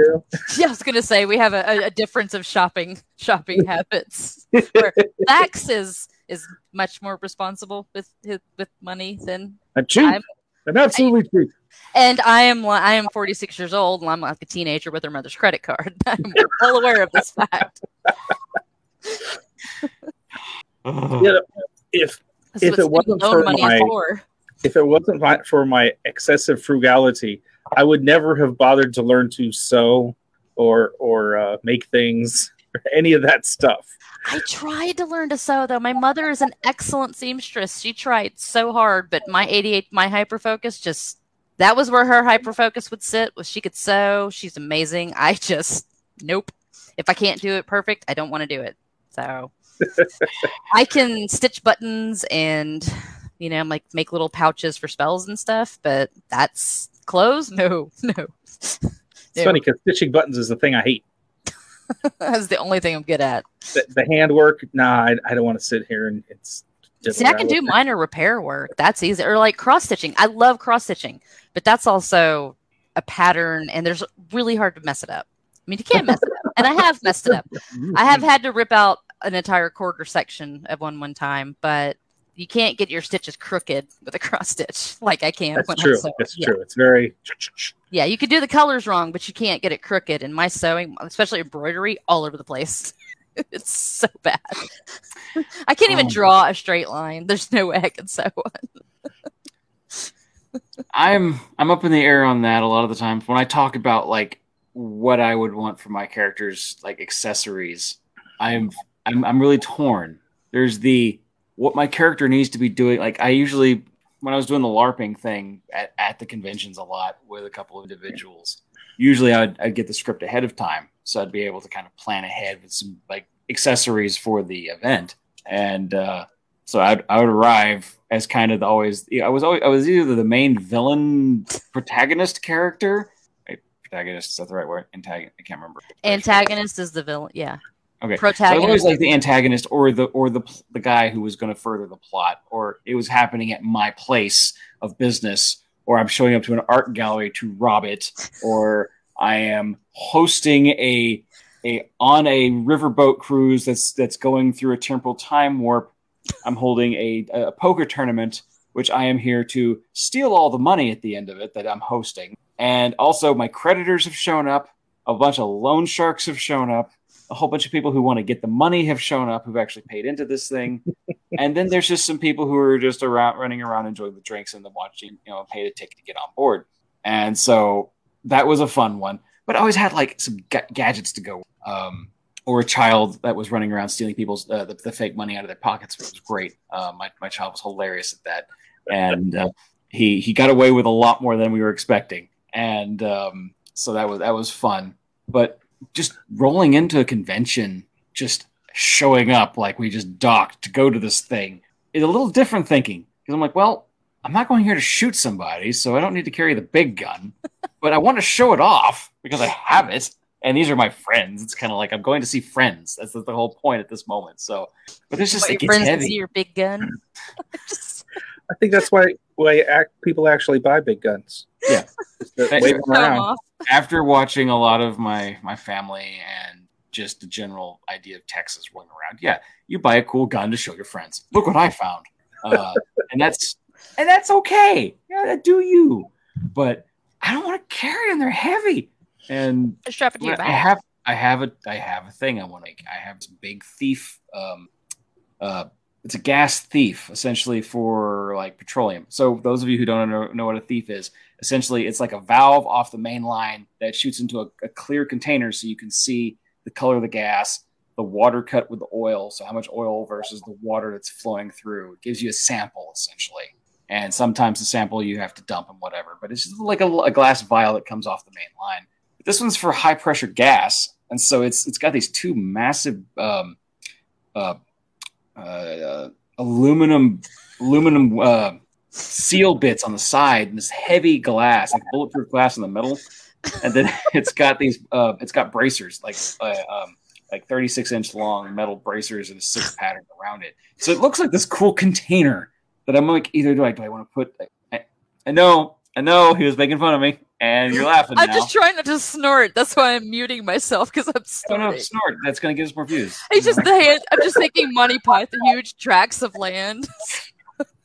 B: do.
D: Yeah, I was gonna say we have a, a, a difference of shopping shopping habits. Where Max is is much more responsible with his, with money than
B: A cheap,
D: I'm-
B: an absolutely cheap.
D: and I am li- I am 46 years old and I'm like a teenager with her mother's credit card. I'm well aware of this fact.
C: Ugh.
B: Yeah. If
D: That's
B: If
D: what
B: it
D: student
B: wasn't
D: loan
B: for
D: money
B: my-
D: is for.
B: if it wasn't my, for my excessive frugality, I would never have bothered to learn to sew or or uh, make things or any of that stuff.
D: I tried to learn to sew though. My mother is an excellent seamstress. She tried so hard, but my 88 my hyperfocus just that was where her hyperfocus would sit. Was she could sew. She's amazing. I just nope. If I can't do it perfect, I don't want to do it. So I can stitch buttons and you know, like make little pouches for spells and stuff, but that's clothes? No, no.
B: It's
D: Yeah.
B: funny because stitching buttons is the thing I hate.
D: that's the only thing I'm good at.
B: The, the handwork, nah, I, I don't want to sit here and it's.
D: See, I can do minor repair work. That's easy. Or like cross stitching. I love cross stitching, but that's also a pattern, and there's really hard to mess it up. I mean, you can't mess it up, and I have messed it up. I have had to rip out an entire quarter section of one one time, but you can't get your stitches crooked with a cross stitch like I can.
B: That's
D: when I
B: true.
D: sew.
B: That's
D: yeah.
B: true. It's very.
D: Yeah, you could do the colors wrong, but you can't get it crooked. And my sewing, especially embroidery, all over the place. it's so bad. I can't even
C: Oh.
D: draw a straight line. There's no way I can sew one.
C: I'm I'm up in the air on that a lot of the times. When I talk about like what I would want for my characters, like accessories, I'm I'm I'm really torn. There's the what my character needs to be doing. Like I usually when I was doing the LARPing thing at, at the conventions a lot with a couple of individuals, usually I'd, I'd get the script ahead of time. So I'd be able to kind of plan ahead with some like accessories for the event. And uh, so I'd, I would arrive as kind of the always I was always I was either the main villain protagonist character. Right, protagonist is that the right word? Antagonist I can't remember.
D: Antagonist is the villain. Yeah.
C: Okay. So I was always
D: Protagonist.
C: like the antagonist or the or the pl- the guy who was going to further the plot or it was happening at my place of business or I'm showing up to an art gallery to rob it or I am hosting a a on a riverboat cruise that's that's going through a temporal time warp. I'm holding a a poker tournament which I am here to steal all the money at the end of it that I'm hosting. And also my creditors have shown up, a bunch of loan sharks have shown up a whole bunch of people who want to get the money have shown up who've actually paid into this thing and then there's just some people who are just around running around enjoying the drinks and then watching you know paid a ticket to get on board and so that was a fun one but i always had like some ga- gadgets to go um, or a child that was running around stealing people's uh, the, the fake money out of their pockets which was great uh, my, my child was hilarious at that and uh, he he got away with a lot more than we were expecting and um, so that was that was fun but just rolling into a convention, just showing up like we just docked to go to this thing is a little different thinking. Because I'm like, well, I'm not going here to shoot somebody, so I don't need to carry the big gun, but I want to show it off because I have it. And these are my friends. It's kind of like I'm going to see friends. That's the whole point at this moment. So, but it's just
D: What,
C: it
D: your
C: gets
D: friends can see
C: heavy. Hmm.
D: your big gun. Just-
B: I think that's why why act, people actually buy big guns.
C: Yeah.
B: Just to
C: Thanks.
B: wave them
D: throw 'em
B: around.
D: off.
C: After watching a lot of my my family and just the general idea of Texas running around, yeah, you buy a cool gun to show your friends. Look what I found. Uh, and that's and that's okay. Yeah, do you. But I don't want to carry them. They're heavy. And
D: Strap it to your
C: I
D: back.
C: have I have a I have a thing I want to I have this big thief um uh it's a gas thief essentially for like petroleum. So those of you who don't know, know what a thief is, essentially it's like a valve off the main line that shoots into a, a clear container so you can see the color of the gas, the water cut with the oil, so how much oil versus the water that's flowing through. It gives you a sample essentially. And sometimes the sample you have to dump and whatever, but it's just like a, a glass vial that comes off the main line this one's for high pressure gas, and so it's it's got these two massive um, uh, uh, uh, aluminum aluminum uh, seal bits on the side, and this heavy glass, like bulletproof glass in the middle, and then it's got these uh, it's got bracers like uh, um, like thirty six inch long metal bracers and a six pattern around it. So it looks like this cool container that I'm like either do I do I want to put I, I know I know he was making fun of me. And you're laughing.
D: I'm
C: now.
D: just trying not to snort. That's why I'm muting myself because I'm
C: Oh no,
D: snorting.
C: snort. That's gonna give us more views.
D: It's just the hand. I'm just thinking Monty Python, huge tracts of land.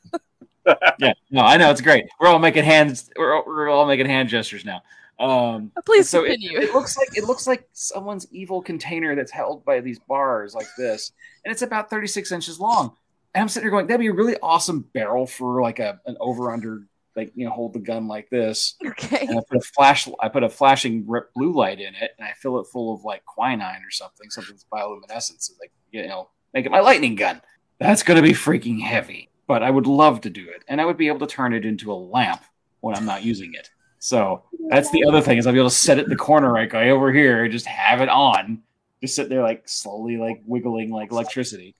C: yeah. No, I know it's great. We're all making hands. We're all, we're all making hand gestures now. Um,
D: Please
C: so it,
D: continue.
C: it looks like it looks like someone's evil container that's held by these bars like this, and it's about 36 inches long. And I'm sitting here going, that'd be a really awesome barrel for like a an over under like you know hold the gun like this.
D: okay.
C: and I put a flash. I put a flashing ri- blue light in it, and I fill it full of like quinine or something, something that's bioluminescence, and like you know, make it my lightning gun. That's gonna be freaking heavy, but I would love to do it, and I would be able to turn it into a lamp when I'm not using it. So that's the other thing is I'll be able to set it in the corner right guy over here, and just have it on, just sit there like slowly like wiggling like electricity,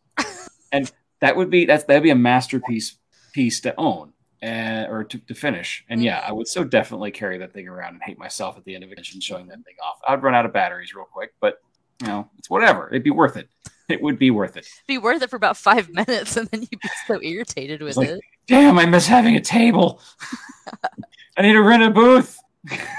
C: and that would be that's that'd be a masterpiece piece to own and or to, to finish. And yeah, I would so definitely carry that thing around and hate myself at the end of it and showing that thing off. I'd run out of batteries real quick, but you know, it's whatever. It'd be worth it. It would be worth it.
D: Be worth it for about five minutes, and then you'd be so irritated with
C: It's like-
D: it.
C: Damn, I miss having a table. I need to rent a booth.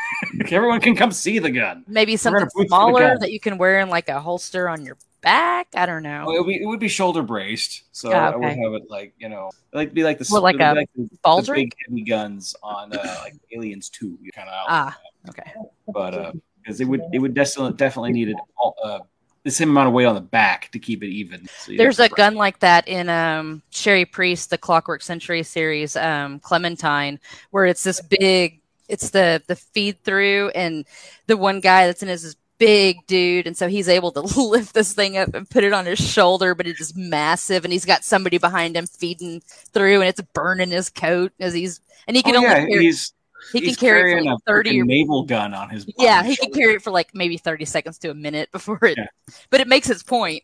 C: Everyone can come see the gun.
D: Maybe something
C: booth for the
D: smaller
C: gun.
D: that you can wear in like a holster on your back. I don't
C: Well,
D: know.
C: it, would be, it would be shoulder braced, so
D: Yeah,
C: I would
D: Ah, okay.
C: have it like you know, like be like the
D: What, like
C: it'd be
D: a
C: the- the
D: Baldric?
C: big heavy guns on uh, like Aliens Two, kind of
D: Ah, okay.
C: but uh, because it would it would definitely definitely need an, all- uh, the same amount of weight on the back to keep it even. So you'd
D: There's a
C: have to-
D: gun like that in um, Sherry Priest, the Clockwork Century series, um, Clementine, where it's this big. It's the the feed through, and the one guy that's in it is this big dude, and so he's able to lift this thing up and put it on his shoulder, but it is massive, and he's got somebody behind him feeding through, and it's burning his coat as he's and he can
C: Oh,
D: only
C: yeah,
D: carry,
C: he's,
D: he can
C: he's
D: carry it
C: carrying
D: for like
C: a
D: thirty
C: freaking
D: or
C: naval gun on his.
D: yeah,
C: on his
D: he can
C: shoulder.
D: carry it for like maybe 30 seconds to a minute before it,
C: Yeah.
D: but it makes its point.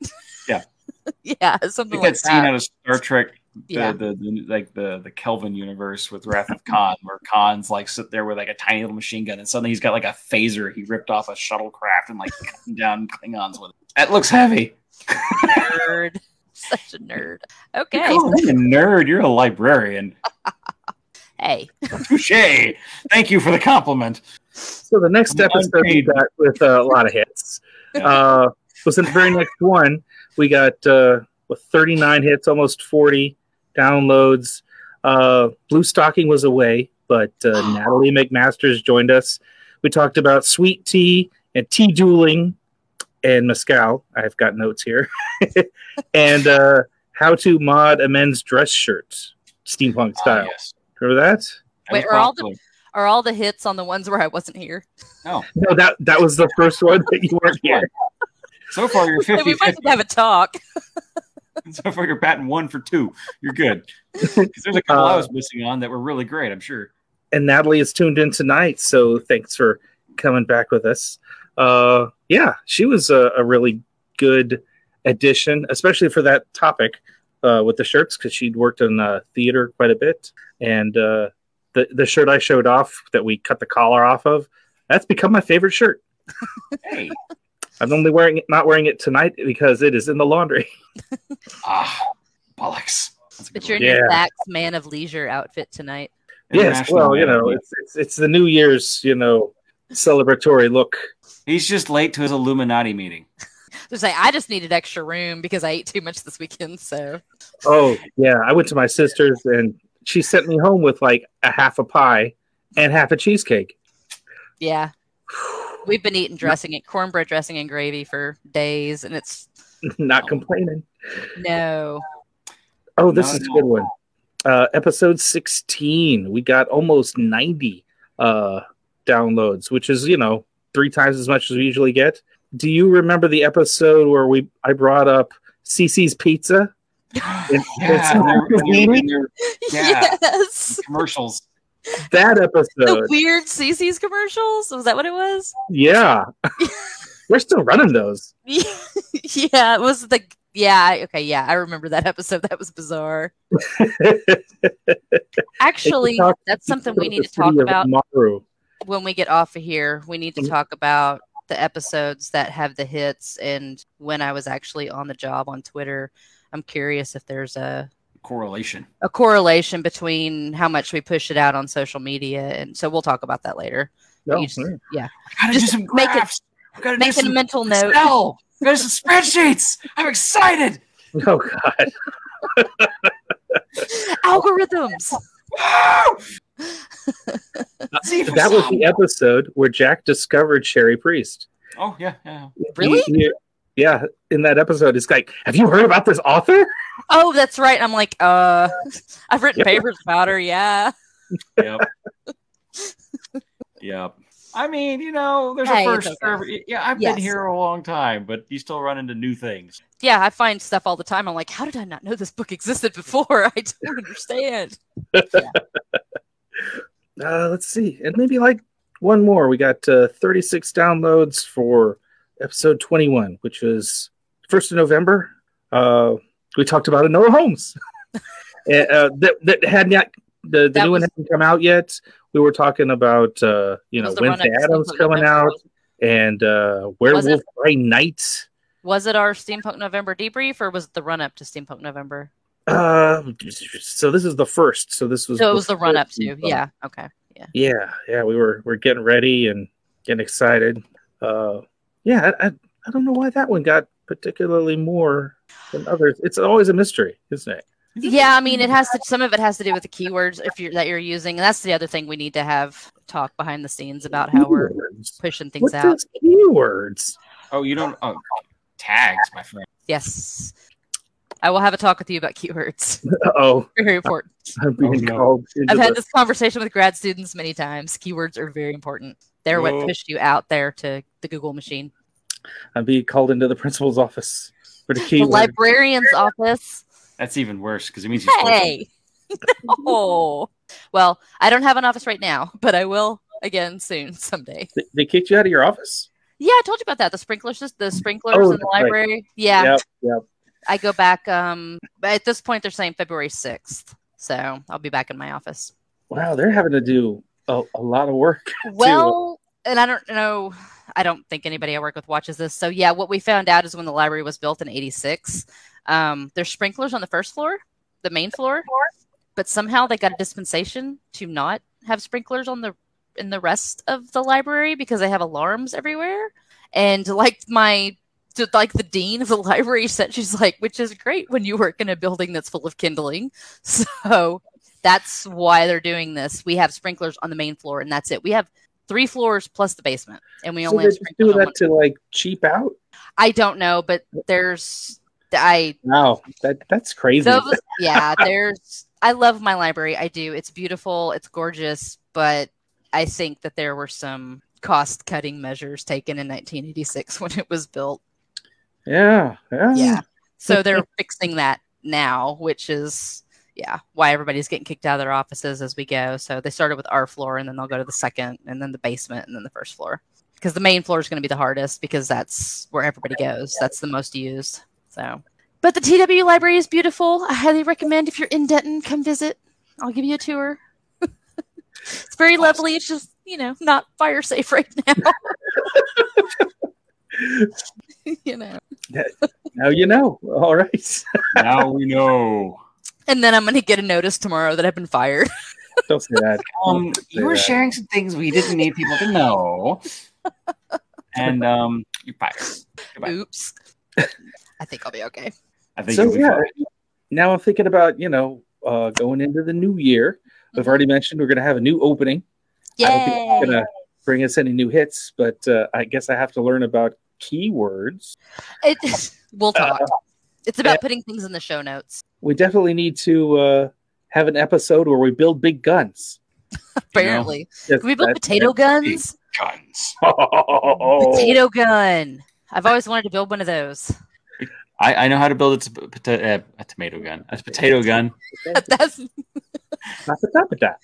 C: Yeah.
D: yeah, something
C: Like
D: like
C: that scene
D: that.
C: out of Star Trek, the,
D: Yeah.
C: the, the like the the Kelvin universe with Wrath of Khan, where Khan's like sit there with like a tiny little machine gun, and suddenly he's got like a phaser he ripped off a shuttlecraft and like cutting down Klingons with. it. That looks heavy.
D: nerd. Such a nerd. Okay.
C: You're calling me a nerd. You're a librarian.
D: Hey,
C: Touche. Thank you for the compliment.
B: So the next
C: I'm
B: episode we
C: unpaid.
B: got with uh, a lot of hits.
C: Yeah.
B: Uh, was in the very next one we got uh, with 39 hits, almost 40 downloads. Uh, Blue Stocking was away, but uh, Natalie McMasters joined us. We talked about sweet tea and tea dueling and Moscow. I've got notes here, and uh, how to mod a men's dress shirt, steampunk style.
C: Ah, yes.
B: Remember that?
C: That
D: Wait,
C: was
D: are all the-
C: popular.
D: are all the hits on the ones where I wasn't here?
B: No, that that was the first one that you weren't here.
C: So far, you're
D: Hey,
C: 50
D: we might have to have a talk.
C: So far, you're batting one for two. You're good. 'Cause there's a couple I was missing on that were really great, I'm sure.
B: and Natalie is tuned in tonight. So thanks for coming back with us. Uh, yeah, she was a, a really good addition, especially for that topic uh, with the shirts, because she'd worked in uh, theater quite a bit. And uh, the the shirt I showed off that we cut the collar off of, that's become my favorite shirt.
C: Hey.
B: I'm only wearing it, not wearing it tonight because it is in the laundry.
C: Ah, bollocks. That's a
D: But
C: good
D: you're in
C: one.
D: your
B: Yeah.
D: Dax Man of Leisure outfit tonight.
B: yes,
C: International
B: well, you know,
C: man.
B: it's, it's it's the New Year's, you know, celebratory look.
C: He's just late to his Illuminati meeting.
D: Just say, I just needed extra room because I ate too much this weekend. So
B: Oh yeah, I went to my sister's and she sent me home with like a half a pie and half a cheesecake.
D: Yeah. We've been eating dressing and cornbread dressing and gravy for days, and it's
B: Not complaining.
D: no.
B: Oh, this
C: Not
B: is
C: at
B: a good
C: all.
B: one. Uh, episode 16, we got almost 90 uh, downloads, which is, you know, three times as much as we usually get. Do you remember the episode where we I brought up CC's Pizza? And-
C: Yeah, and their-
A: Really?
C: and their Yeah.
D: Yes.
C: commercials.
B: that
D: The
B: episode.
D: weird CC's commercials. Was that what it was?
B: Yeah. We're still running those.
D: yeah, it was the yeah, I- okay, yeah, I remember that episode. That was bizarre. Actually,
B: talk-
D: that's something we need
B: The
D: to talk
B: city of
D: about
B: Maru.
D: when we get off of here. We need to
B: Mhm.
D: talk about the episodes that have the hits and when I was actually on the job on Twitter. I'm curious if there's a
C: Correlation.
D: a correlation between how much we push it out on social media and so we'll talk about that later.
B: No, hmm.
D: You just-
B: yeah.
D: yeah.
C: We gotta
D: Just
C: do some
D: make it-
C: graphs. we gotta do
D: Make a
C: some
D: mental note.
C: Excel. We gotta do some spreadsheets. I'm excited.
B: Oh, God.
D: Algorithms.
C: Woo! See if
B: That
C: we
B: was
C: saw-
B: the episode where Jack discovered Sherry Priest.
C: Oh yeah, yeah.
D: Really?
B: He- he- yeah, in that episode, it's like, have you heard about this author?
D: Oh, that's right. I'm like, uh, I've written
B: Yep.
D: papers about her. Yeah.
C: Yep. yep. I mean, you know, there's a
D: Hey,
C: first
D: it's
C: for every- Yeah, I've
D: Yes.
C: been here a long time, but you still run into new things.
D: Yeah. I find stuff all the time. I'm like, how did I not know this book existed before? I don't understand.
B: Uh, let's see, and maybe like one more. We got uh, 36 downloads for episode 21, which was first of November. Uh, we talked about Enola Holmes And, uh, that that had not the, the
D: That
B: new one
D: was-
B: hadn't come out yet. We were talking about uh, you
D: Was
B: know
D: the
B: Wednesday
D: run-up
B: Adams
D: Steampunk
B: coming
D: November
B: out
D: was-
B: and uh, Werewolf by Night.
D: Was it our Steampunk November debrief or was it the run up to Steampunk November?
B: Uh, so this is the first. So this was
D: So it was the
B: before
D: run up to.
B: Steampunk.
D: Yeah. Okay. Yeah.
B: yeah yeah we were we're getting ready and getting excited uh yeah i i, I don't know why that one got particularly more than others it's always a mystery isn't it
D: Yeah. I mean, it has to, some of it has to do with the keywords if you're, that you're using. And that's the other thing we need to have talk behind the scenes about how we're
B: Keywords.
D: pushing things
B: what's
D: out.
B: those keywords
C: Oh, you don't oh tags, my friend.
D: Yes. I will have a talk with you about keywords.
B: oh
D: Very important.
B: i'm being
C: Oh, no.
B: called into
D: I've had
B: the-
D: this conversation with grad students many times. Keywords are very important. They're what
C: Whoa.
D: pushed you out there to the Google machine.
B: i'm being called into the principal's office for the
D: The
B: keywords
D: librarian's office.
C: That's even worse because it means you
D: Hey. no. Well, I don't have an office right now, but I will again soon someday.
B: They- they kicked you out of your office
D: Yeah, I told you about that. The sprinklers, sys- the sprinklers
B: Oh,
D: in the
B: that's right.
D: library. Yeah,
B: yep, yep.
D: I go back. Um, but at this point, they're saying February sixth, so I'll be back in my office.
B: wow they're having to do a, a lot of work
D: Well, and I don't know. I don't think anybody I work with watches this. So yeah, what we found out is when the library was built in '86, um, there's sprinklers on the first floor, the main floor, but somehow they got a dispensation to not have sprinklers on the in the rest of the library because they have alarms everywhere. And like my to- like the dean of the library said, she's like, which is great when you work in a building that's full of kindling. So that's why they're doing this. We have sprinklers on the main floor, and that's it. We have three floors plus the basement, and we
B: so
D: only
B: they
D: have
B: just do
D: sprinklers. on one-
B: that to like cheap out
D: I don't know, but there's I
B: wow that that's crazy
D: those yeah there's I love my library. I do. It's beautiful. It's gorgeous, but I think that there were some cost cutting measures taken in 1986 when it was built.
B: yeah yeah
D: Yeah. So they're fixing that now, which is yeah, why everybody's getting kicked out of their offices as we go. So they started with our floor and then they'll go to the second and then the basement and then the first floor. Because the main floor is going to be the hardest because that's where everybody goes. That's the most used. So but the TW library is beautiful. I highly recommend if you're in Denton, come visit. I'll give you a tour. it's very lovely. It's just, you know, not fire safe right now. you know.
B: Now you know. All right.
C: can. Now we know.
D: And then I'm going to get a notice tomorrow that I've been fired.
B: Don't say that.
C: Um, you were
B: Yeah.
C: sharing some things we didn't need people to know, and um, you're fired. Goodbye.
D: Oops. I think I'll be okay.
C: I think
B: So,
C: you'll be
B: yeah.
C: fired.
B: Now I'm thinking about you know uh,
D: Mm-hmm.
B: going into the new year. I've already mentioned we're going to have a new opening. I don't think
D: Yay.
B: it's going to bring us any new hits, but uh, I guess I have to learn about keywords.
D: It, we'll talk.
B: Uh,
D: it's about putting things in the show notes.
B: We definitely need to uh, have an episode where we build big guns.
D: Apparently,
B: Yes,
D: can we build
B: that's- Oh.
D: potato guns?
C: Guns.
D: Potato gun. I've always wanted to build one of those.
C: I, I know how to build a, t- pota- uh, a tomato gun. A potato gun.
D: That's
B: Not the top of that.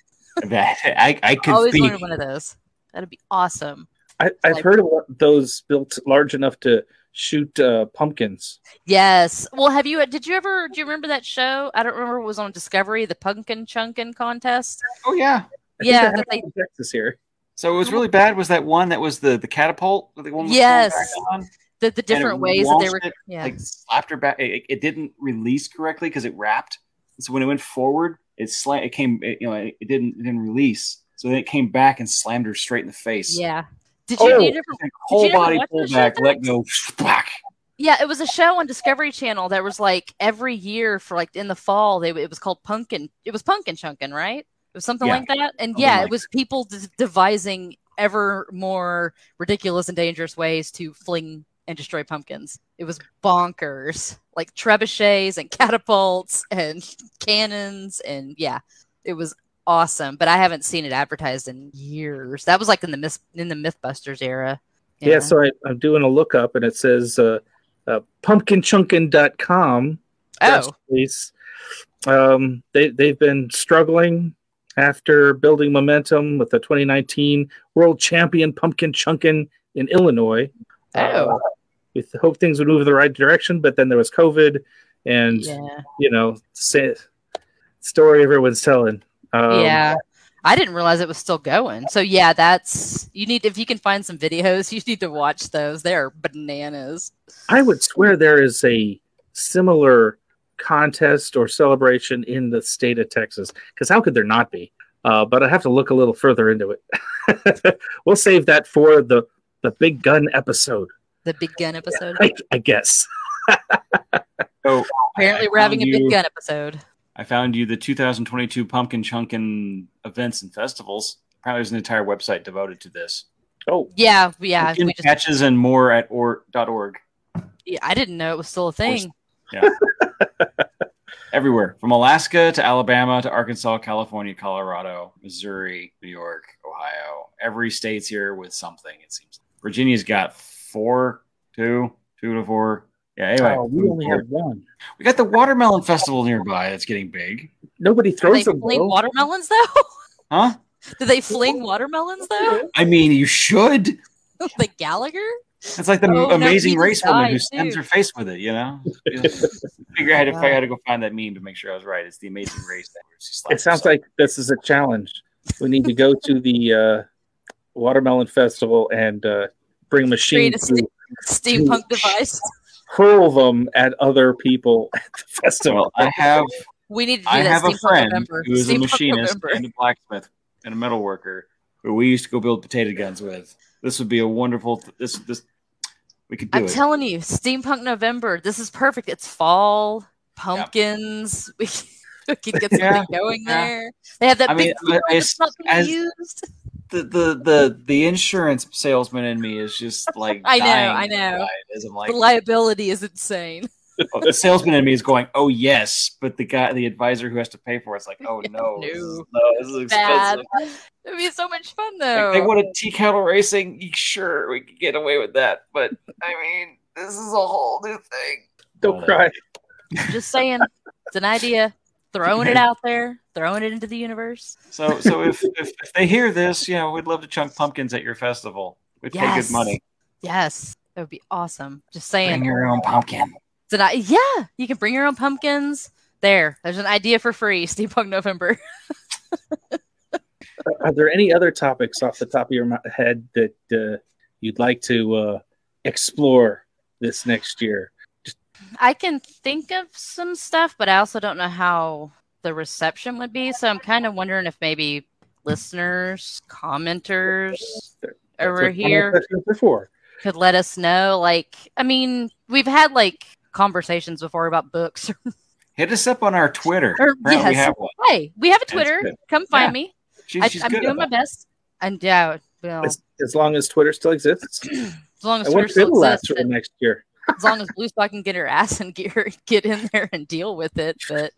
C: That I, I
D: I
C: could
D: always
C: be.
D: wanted one of those. That'd be awesome.
B: I, I've
D: Like-
B: heard of what- those built large enough to shoot uh, pumpkins.
D: Yes. Well, have you? Did you ever? Do you remember that show? I don't remember. It was on Discovery, the Pumpkin Chunkin contest.
C: Oh yeah.
B: I think
D: Yeah,
B: that
D: that
B: happened in Texas here.
C: So it was really bad. Was that one that was the the catapult? The one with the
D: Yes.
C: back on?
D: The the different ways that they were.
C: launched it,
D: yeah.
C: like slapped her back. It, it didn't release correctly because it wrapped. So when it went forward, it slam. It came. It, you know, it, it didn't it didn't release. So then it came back and slammed her straight in the face.
D: yeah. Did
B: Oh.
D: you, do you ever
C: Like, whole
D: Did you ever
C: body
D: watch
C: pulled
D: that
C: back,
D: show,
C: let go, whack.
D: Yeah, it was a show on Discovery Channel that was like every year for like in the fall. They it was called Pumpkin. It was Pumpkin Chunkin, right? It was something
C: Yeah.
D: like that. And
C: Something
D: yeah,
C: like
D: it was people d- devising ever more ridiculous and dangerous ways to fling and destroy pumpkins. It was bonkers, like trebuchets and catapults and cannons, and yeah, it was awesome. But I haven't seen it advertised in years. That was like in the myth in the MythBusters era.
B: Yeah, so I, I'm doing a lookup and it says uh, uh, pumpkinchunkin.com. press
D: oh,
B: release. Um, they, they've been struggling after building momentum with the 2019 World Champion Pumpkin Chunkin in Illinois. Uh,
D: oh,
B: we th- hoped things would move in the right direction, but then there was COVID and,
D: yeah.
B: you know, sa- story everyone's telling. Um,
D: yeah. I didn't realize it was still going. So yeah, that's you need if you can find some videos, you need to watch those. They're bananas.
B: I would swear there is a similar contest or celebration in the state of Texas because how could there not be? Uh, but I have to look a little further into it. we'll save that for the the big gun episode,
D: The big gun episode.
B: I, I guess.
D: Apparently
C: I
D: we're having a
C: found
D: big
C: Um, you-
D: gun episode.
C: I found you the 2022 Pumpkin Chunkin events and festivals. Apparently, there's an entire website devoted to this.
B: Oh,
D: Yeah, yeah.
C: Pumpkin
D: We just,
C: catches and more at or, dot org.
D: yeah, I didn't know it was still a thing.
C: Everywhere from Alaska to Alabama to Arkansas, California, Colorado, Missouri, New York, Ohio. Every state's here with something. It seems Virginia's got four, two, two to four. Yeah. Anyway,
B: oh, we only have one.
C: we got the watermelon festival nearby. That's getting big,
B: Nobody
D: Do they
B: throws a
D: fling
B: ball.
D: watermelons though?
C: huh?
D: Do they fling watermelons though?
C: I mean, you should.
D: the Gallagher?
C: It's like the
D: Oh, no,
C: amazing
D: he just
C: race woman who
D: died,
C: stems
D: too.
C: her face with it, you know? figure out if I had to go find that meme to make sure I was right. It's the amazing race. That where she slaps
B: It sounds
C: herself.
B: like this is a challenge. We need to go to the uh, watermelon festival and uh, bring
D: Create a
B: machines
D: steam-
B: to
D: steampunk device.
B: hurl them at other people at the festival.
C: Well, I have
D: We need to do
C: I
D: that
C: have a
D: steampunk
C: friend
D: November.
C: who is a
D: Steampunk
C: machinist
D: November.
C: and a blacksmith and a metal worker who we used to go build potato guns with. This would be a wonderful. Th- this this we could do
D: I'm
C: it.
D: telling you, steampunk November. This is perfect. It's fall, pumpkins. We can- We can get something
C: Yeah,
D: going
C: yeah.
D: there. They have that
C: I mean,
D: big field
C: I- I-
D: that's not being
C: as-
D: used.
C: the, the the the insurance salesman in me is just like
D: I know,
C: dying
D: I know.
C: inside as I'm like,
D: the liability is insane.
C: Oh, the salesman in me is going, "Oh yes," but the guy, the advisor who has to pay for it's like, "Oh no,
D: No.
C: this is- no, this is
D: Bad.
C: expensive."
D: It'd be so much fun
C: Like,
D: though.
C: they wanted tea kettle racing. y- Sure, we could get away with that, but I mean, this is a whole new thing.
B: Don't cry.
D: Just saying, it's an idea. Throwing it out there, throwing it into the universe.
C: So, so if, if if they hear this, you know, we'd love to chunk pumpkins at your festival. We'd pay
D: Yes.
C: good money.
D: Yes, that would be awesome. Just
C: Bring
D: saying,
C: your own pumpkin.
D: it's an, i- yeah, you can bring your own pumpkins. There, there's an idea for free. Steampunk November.
B: Are there any other topics off the top of your mi- head that uh, you'd like to uh, explore this next year?
D: I can think of some stuff, but I also don't know how the reception would be. So I'm kind of wondering if maybe listeners, commenters
B: That's
D: over
B: what
D: here
B: panel sessions are for.
D: could let us know. Like, I mean, we've had like conversations before about books.
C: Hit us up on our Twitter.
D: Or-
C: Apparently we
D: yes.
C: have one.
D: hey, we have a
C: That's
D: Twitter.
C: good.
D: Come find
C: Yeah.
D: me.
C: She,
D: I,
C: she's
D: I'm
C: good.
D: doing my
C: about
D: best. And yeah, Well,
B: as, as long as Twitter still exists.
D: as long as
B: I wonder
D: Twitter
B: if it'll
D: still
B: last
D: exists,
B: for the
D: and
B: next year.
D: as long as Blue Stock can get her ass and get her, get in there and deal with it. But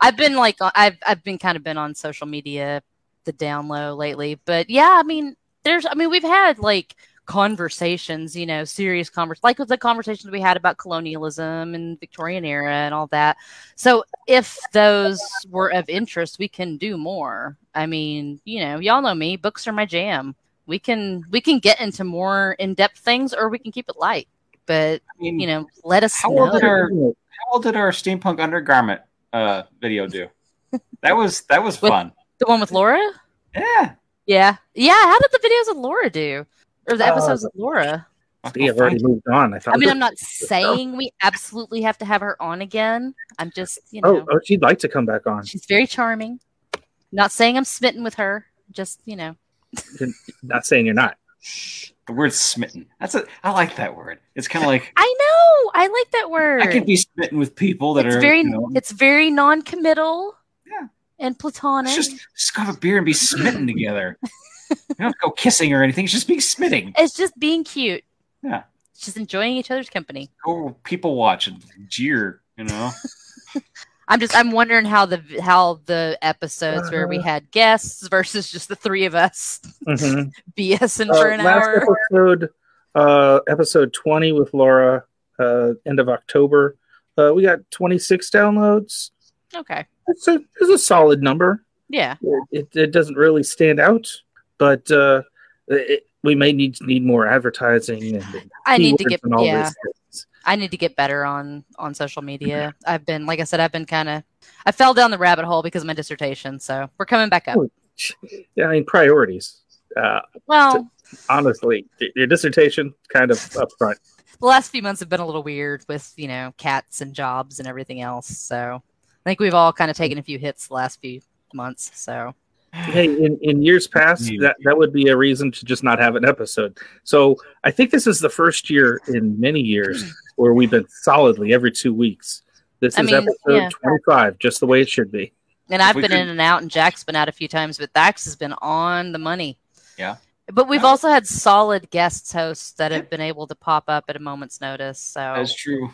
D: I've been like, I've I've been kind of been on social media the down low lately. But yeah, I mean, there's, I mean, we've had like conversations, you know, serious convers, like with the conversations we had about colonialism and Victorian era and all that. So if those were of interest, we can do more. I mean, you know, y'all know me. Books are my jam. We can we can get into more in depth things, or we can keep it light. But
C: I mean,
D: you know, let us
C: How
D: know.
C: old did our how old did our steampunk undergarment uh, video do? That was that was
D: What-
C: fun.
D: the one with Laura?
C: Yeah.
D: Yeah. Yeah. How did the videos of Laura do? Or the
B: Uh,
D: episodes of Laura?
C: I'll
B: See,
C: go
B: I've already
C: find-
B: moved on. I thought.
D: I mean,
C: Oh.
D: I'm not saying we absolutely have to have her on again. I'm just, you know,
B: oh, oh, she'd like to come back on.
D: she's very charming. Not saying I'm smitten with her. Just, you know,
B: Not saying you're not.
C: The word smitten. That's a I like that word. It's kind of like
D: I know. I like that word.
C: I could be smitten with people that
D: it's
C: are
D: very,
C: you know,
D: it's very non-committal.
C: Yeah.
D: And platonic.
C: let's just just go have a beer and be smitten together. you don't have to go kissing or anything. It's just being smitten.
D: it's just being cute.
C: Yeah.
D: It's just enjoying each other's company.
C: Go people watch and jeer. You know.
D: I'm just I'm wondering how the how the episodes where we
B: Uh-huh.
D: had guests versus just the three of us
B: Mhm.
D: BSing
B: Uh,
D: for an
B: last
D: hour.
B: episode, uh, episode 20 with Laura, uh, end of October. Uh, we got 26 downloads.
D: Okay.
B: It's a it's a solid number.
D: Yeah.
B: It, it doesn't really stand out, but uh, it, we may need need more advertising. And
D: I need to
B: keywords
D: get
B: and all
D: yeah.
B: those things.
D: I need to get better on on social media. I've been like I said I've been kind of I fell down the rabbit hole because of my dissertation, so we're coming back up.
B: Oh. Yeah, I mean priorities. Uh,
D: Well,
B: honestly, y- your dissertation kind of up front.
D: the last few months have been a little weird with, you know, cats and jobs and everything else, so I think we've all kind of taken a few hits the last few months, so
B: Hey, in, in years past,
C: Yeah.
B: that, that would be a reason to just not have an episode. So I think this is the first year in many years where we've been solidly every two weeks. This is
D: Hmm. I mean,
B: episode
D: yeah.
B: 25, just the way it should be.
D: And I've
C: we
D: been in
C: could-
D: and out, and Jack's been out a few times, but Dax has been on the money.
C: Yeah.
D: But we've
C: Yeah.
D: also had solid guests hosts that
C: Yeah.
D: have been able to pop up at a moment's notice. So
C: That's true.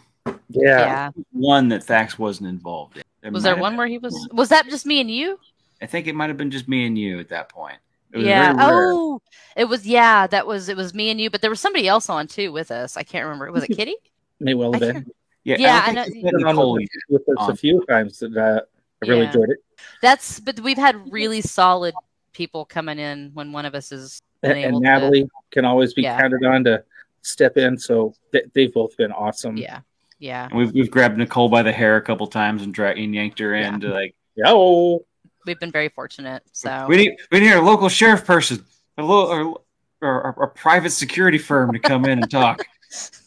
B: Yeah.
D: yeah,
C: One that Thax wasn't involved in. might
D: was there
C: have
D: one
C: been-
D: where he was? Was that just me and you?
C: I think it might have been just me and you at that point. It was
D: Yeah.
C: very rare.
D: Oh, it was. Yeah, that was. It was me and you. But there was somebody else on too with us. I can't remember. Was it Kitty?
B: May well have
D: I
B: been.
C: Yeah,
D: Yeah,
C: I, don't
D: I know-
C: think we've had Nicole yet.
B: with us a
C: Um,
B: few times and uh, I really
D: Yeah.
B: enjoyed it.
D: That's. But we've had really solid people coming in when one of us is.
B: And,
D: been
B: and
D: able to-
B: Natalie can always be
D: Yeah.
B: counted on to step in. So th- they've both been
C: um,
B: awesome.
D: Yeah. Yeah.
C: And We've, we've grabbed Nicole by the hair a couple times and, dra- and yanked her in. to, like
B: Yo.
D: We've been very fortunate. So
C: we need we need a local sheriff person, a lo- or, or, or a private security firm to come in and talk.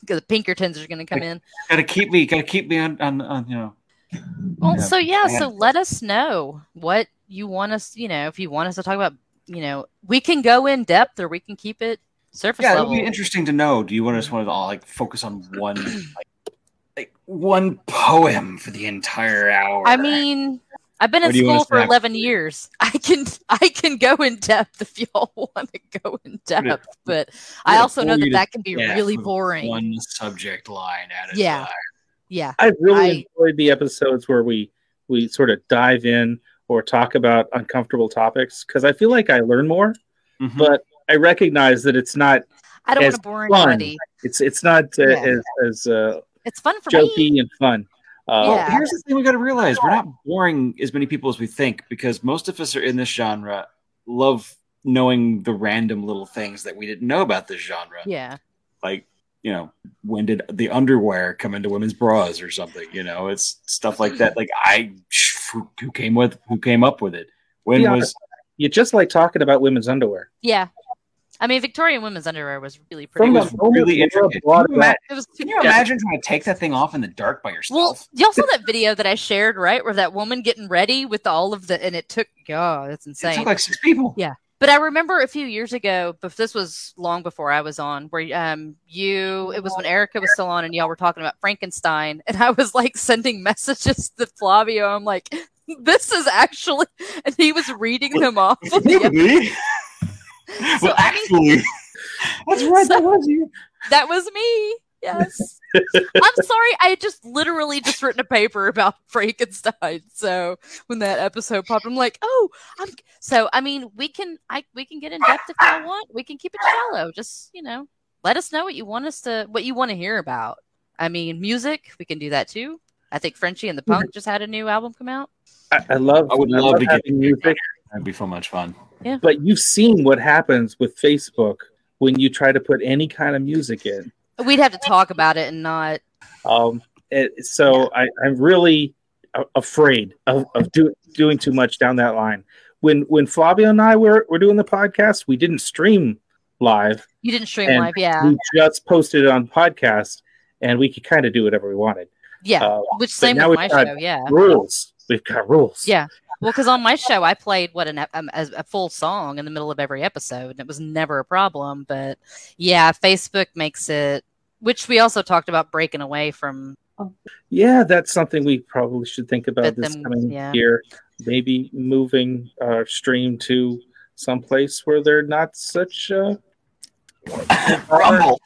D: the Pinkertons are going to come in.
C: got to keep me, got to keep me on, on, on you know.
D: Well,
C: Yeah.
D: so yeah,
C: Yeah.
D: so let us know what you want us, you know, if you want us to talk about, you know, we can go in depth or we can keep it surface
C: Yeah, it'll
D: level.
C: be interesting to know. Do you want us want to all like focus on one like, like one poem for the entire hour?
D: I mean, I've been
C: Or
D: in
C: do you want
D: school
C: us to
D: for
C: have-
D: 11 years. I can I can go in depth if y'all want to go in depth, but I
C: gonna
D: also know
C: bore
D: that
C: you to
D: that can be
C: death
D: really
C: with
D: boring.
C: one subject line at a
D: Yeah.
C: time.
D: Yeah.
B: I've really
D: I-
B: enjoyed the episodes where we we sort of dive in or talk about uncomfortable topics because I feel like I learn more,
C: Mhm.
B: but I recognize that it's not
D: I don't
B: As
D: want to bore
B: fun.
D: anybody.
B: it's it's not uh,
D: Yeah.
B: as, as uh,
D: It's fun for me.
B: jokey and fun.
C: Well,
B: Uh,
D: Yeah.
C: oh, here's the thing we got to realize: we're not boring as many people as we think because most of us are in this genre, love knowing the random little things that we didn't know about this genre.
D: Yeah.
C: Like, you know, when did the underwear come into women's bras or something? You know, it's stuff like that. Like, I who came with who came up with it? When
B: Yeah.
C: was
B: You just like talking about women's underwear.
D: Yeah. I mean, Victorian women's underwear was really pretty.
B: From
C: It
B: the
C: was
B: moment
C: really
B: Laura
C: intricate.
B: brought
C: Can
B: it
C: you
B: up,
D: It was
C: can you imagine trying to take that thing off in the dark by
D: Well,
C: yourself?
D: y'all saw that video that I shared, right? Where that woman getting ready with all of the, and it took, God, that's
C: it
D: insane.
C: took like six people.
D: Yeah. but I remember a few years ago, but this was long before I was on, where um you, it was when Erica was still on, and y'all were talking about Frankenstein, and I was like sending messages to Flavio. I'm like, this is actually, and he was reading them off. of the-
C: Maybe.
D: So
C: well,
D: I
C: actually, that's right. That was you.
D: That was me. Yes. I'm sorry. I had just literally just written a paper about Frankenstein. So when that episode popped, I'm like, oh, I'm so I mean, we can I we can get in depth if I want. We can keep it shallow. Just, you know, let us know what you want us to what you want to hear about. I mean, music, we can do that too. I think Frenchie and the Punk just had a new album come out.
B: I, I love.
C: I would love to get-
B: having music,
C: That'd be so much fun.
B: but you've seen what happens with Facebook when you try to put any kind of music in.
D: We'd have to talk about it and not
B: Um, it, so I, I'm really a- afraid of, of do, doing too much down that line. When when Flavio and I were, were doing the podcast, we didn't stream live.
D: you didn't stream
B: And
D: live, yeah.
B: We just posted it on podcast, and we could kind of do whatever we wanted.
D: Yeah.
B: Uh,
D: Which same
B: now
D: with my
B: we've got
D: show, yeah.
B: rules. We've got rules.
D: Yeah. Well, because on my show, I played what an ep- um, as a full song in the middle of every episode, and it was never a problem. But yeah, Facebook makes it, which we also talked about breaking away from.
B: Yeah, that's something we probably should think about
D: But
B: this
D: then,
B: coming
D: yeah.
B: year. Maybe moving our stream to some place where they're not such. Uh,
C: Rumble.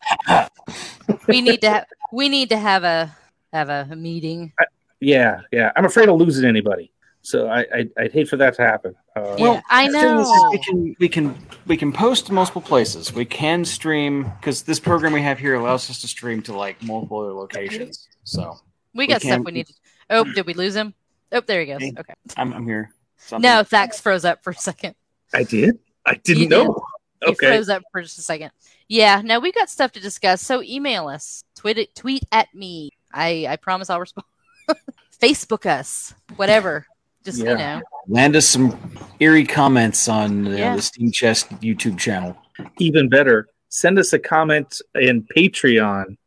D: We need to have we need to have a have a, a meeting.
B: yeah, yeah. I'm afraid of losing anybody, so I, I I'd hate for that to happen. Uh,
D: Yeah, I
C: The thing is,
D: know.
C: we can we can we can post to multiple places. We can stream because this program we have here allows us to stream to like multiple other locations. So
D: We got stuff
C: can-
D: we need. to Oh, did we lose him? Oh, there he goes.
C: Hey.
D: Okay.
C: I'm, I'm here. Something.
D: No, Thax froze up for a second.
B: I did. I didn't
D: You
B: know.
D: He
B: Okay.
D: froze up for just a second. Yeah. No, we've got stuff to discuss. So email us. Tweet tweet at me. I I promise I'll respond. Facebook us. Whatever. Just
B: Yeah.
D: you know.
C: land us some eerie comments on uh,
D: Yeah.
C: the Steam Chest YouTube channel
B: Even better, send us a comment in Patreon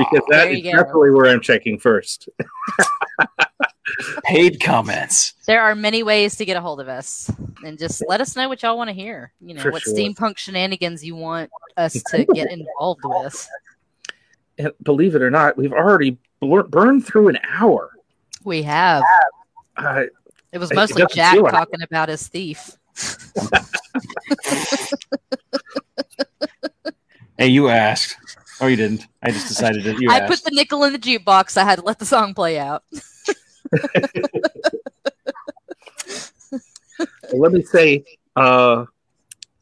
B: because that
D: There
B: is
D: you go.
B: definitely where I'm checking first.
C: paid comments.
D: There are many ways to get a hold of us, and just let us know what y'all want to hear. You know,
B: For
D: what
B: sure.
D: steampunk shenanigans you want us to get involved with.
B: And believe it or not, we've already blur- burned through an hour.
D: We have.
B: Uh,
D: It was
B: It
D: mostly
B: doesn't
D: Jack
B: feel like it.
D: talking about his thief.
C: Hey, you asked. Oh, you didn't. I just decided that you
D: I
C: asked.
D: put the nickel in the jukebox. I had to let the song play out.
B: Well, let me say, uh,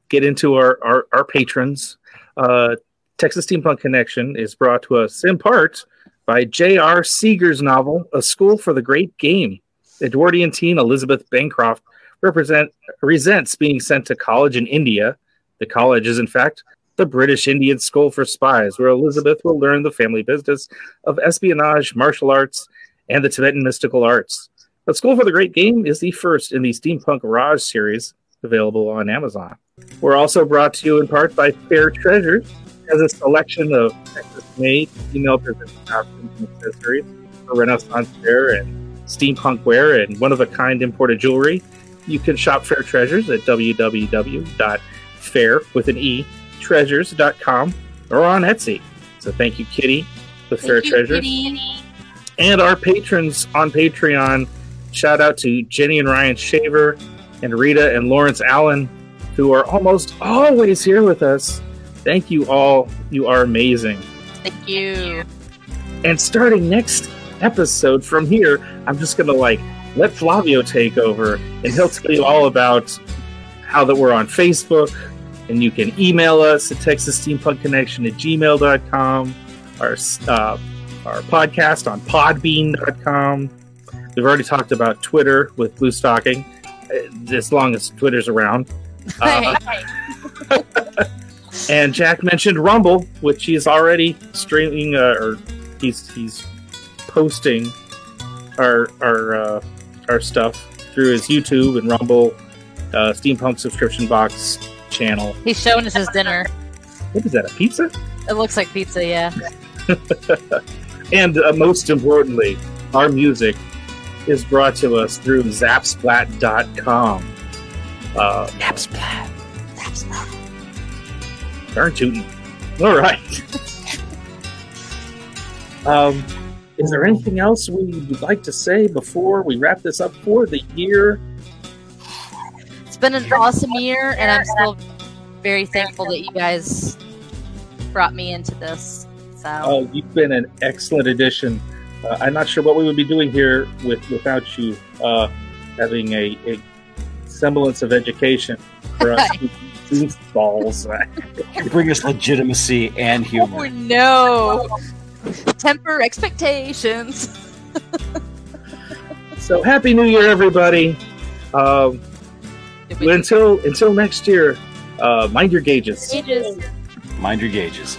B: get into our, our, our patrons. Uh, Texas Steampunk Connection is brought to us in part by J.R. Seeger's novel, A School for the Great Game. Edwardian teen Elizabeth Bancroft represent, resents being sent to college in India. The college is, in fact, the British Indian School for Spies, where Elizabeth will learn the family business of espionage, martial arts, and the Tibetan mystical arts. But School for the Great Game is the first in the Steampunk Raj series available on Amazon. We're also brought to you in part by Fair Treasures, has a selection of Texas-made female presenting costumes and accessories for Renaissance fair and steampunk wear and one-of-a-kind imported jewelry. You can shop Fair Treasures at www.fair with an e treasures.com or on Etsy. So thank you, Kitty, with Fair
D: Thank you,
B: Treasures
D: Kitty.
B: and our patrons on Patreon. Shout out to Jenny and Ryan Shaver and Rita and Lawrence Allen, who are almost always here with us. Thank you all. You are amazing.
D: Thank you.
B: And starting next episode from here, I'm just gonna like let Flavio take over, and he'll tell you all about how that we're on Facebook, and you can email us at Texas Steampunk Connection at gmail.com, our uh, our podcast on Podbean.com. We've already talked about Twitter with Blue Stocking, uh, as long as Twitter's around. Uh, and Jack mentioned Rumble, which he's already streaming uh, or he's he's posting our our uh, our stuff through his YouTube and Rumble uh, Steampunk subscription box channel.
D: He's showing us his dinner.
B: What is that? A pizza?
D: It looks like pizza. Yeah.
B: And uh, most importantly, our music is brought to us through Zapsplat.com. Uh,
C: Napsplat.
B: Darn tootin'. All right. um, is there anything else we would like to say before we wrap this up for the year?
D: It's been an awesome year, and I'm still very thankful that you guys brought me into this. So
B: Oh, you've been an excellent addition. Uh, I'm not sure what we would be doing here with without you uh, having a, a semblance of education for us goofballs.
C: You bring us legitimacy and
D: Oh
C: humor.
D: no! Temper expectations.
B: so happy New Year, everybody! Um,
D: Did we-
B: until until next year, uh, mind your gauges.
D: Ages.
C: Mind your gauges.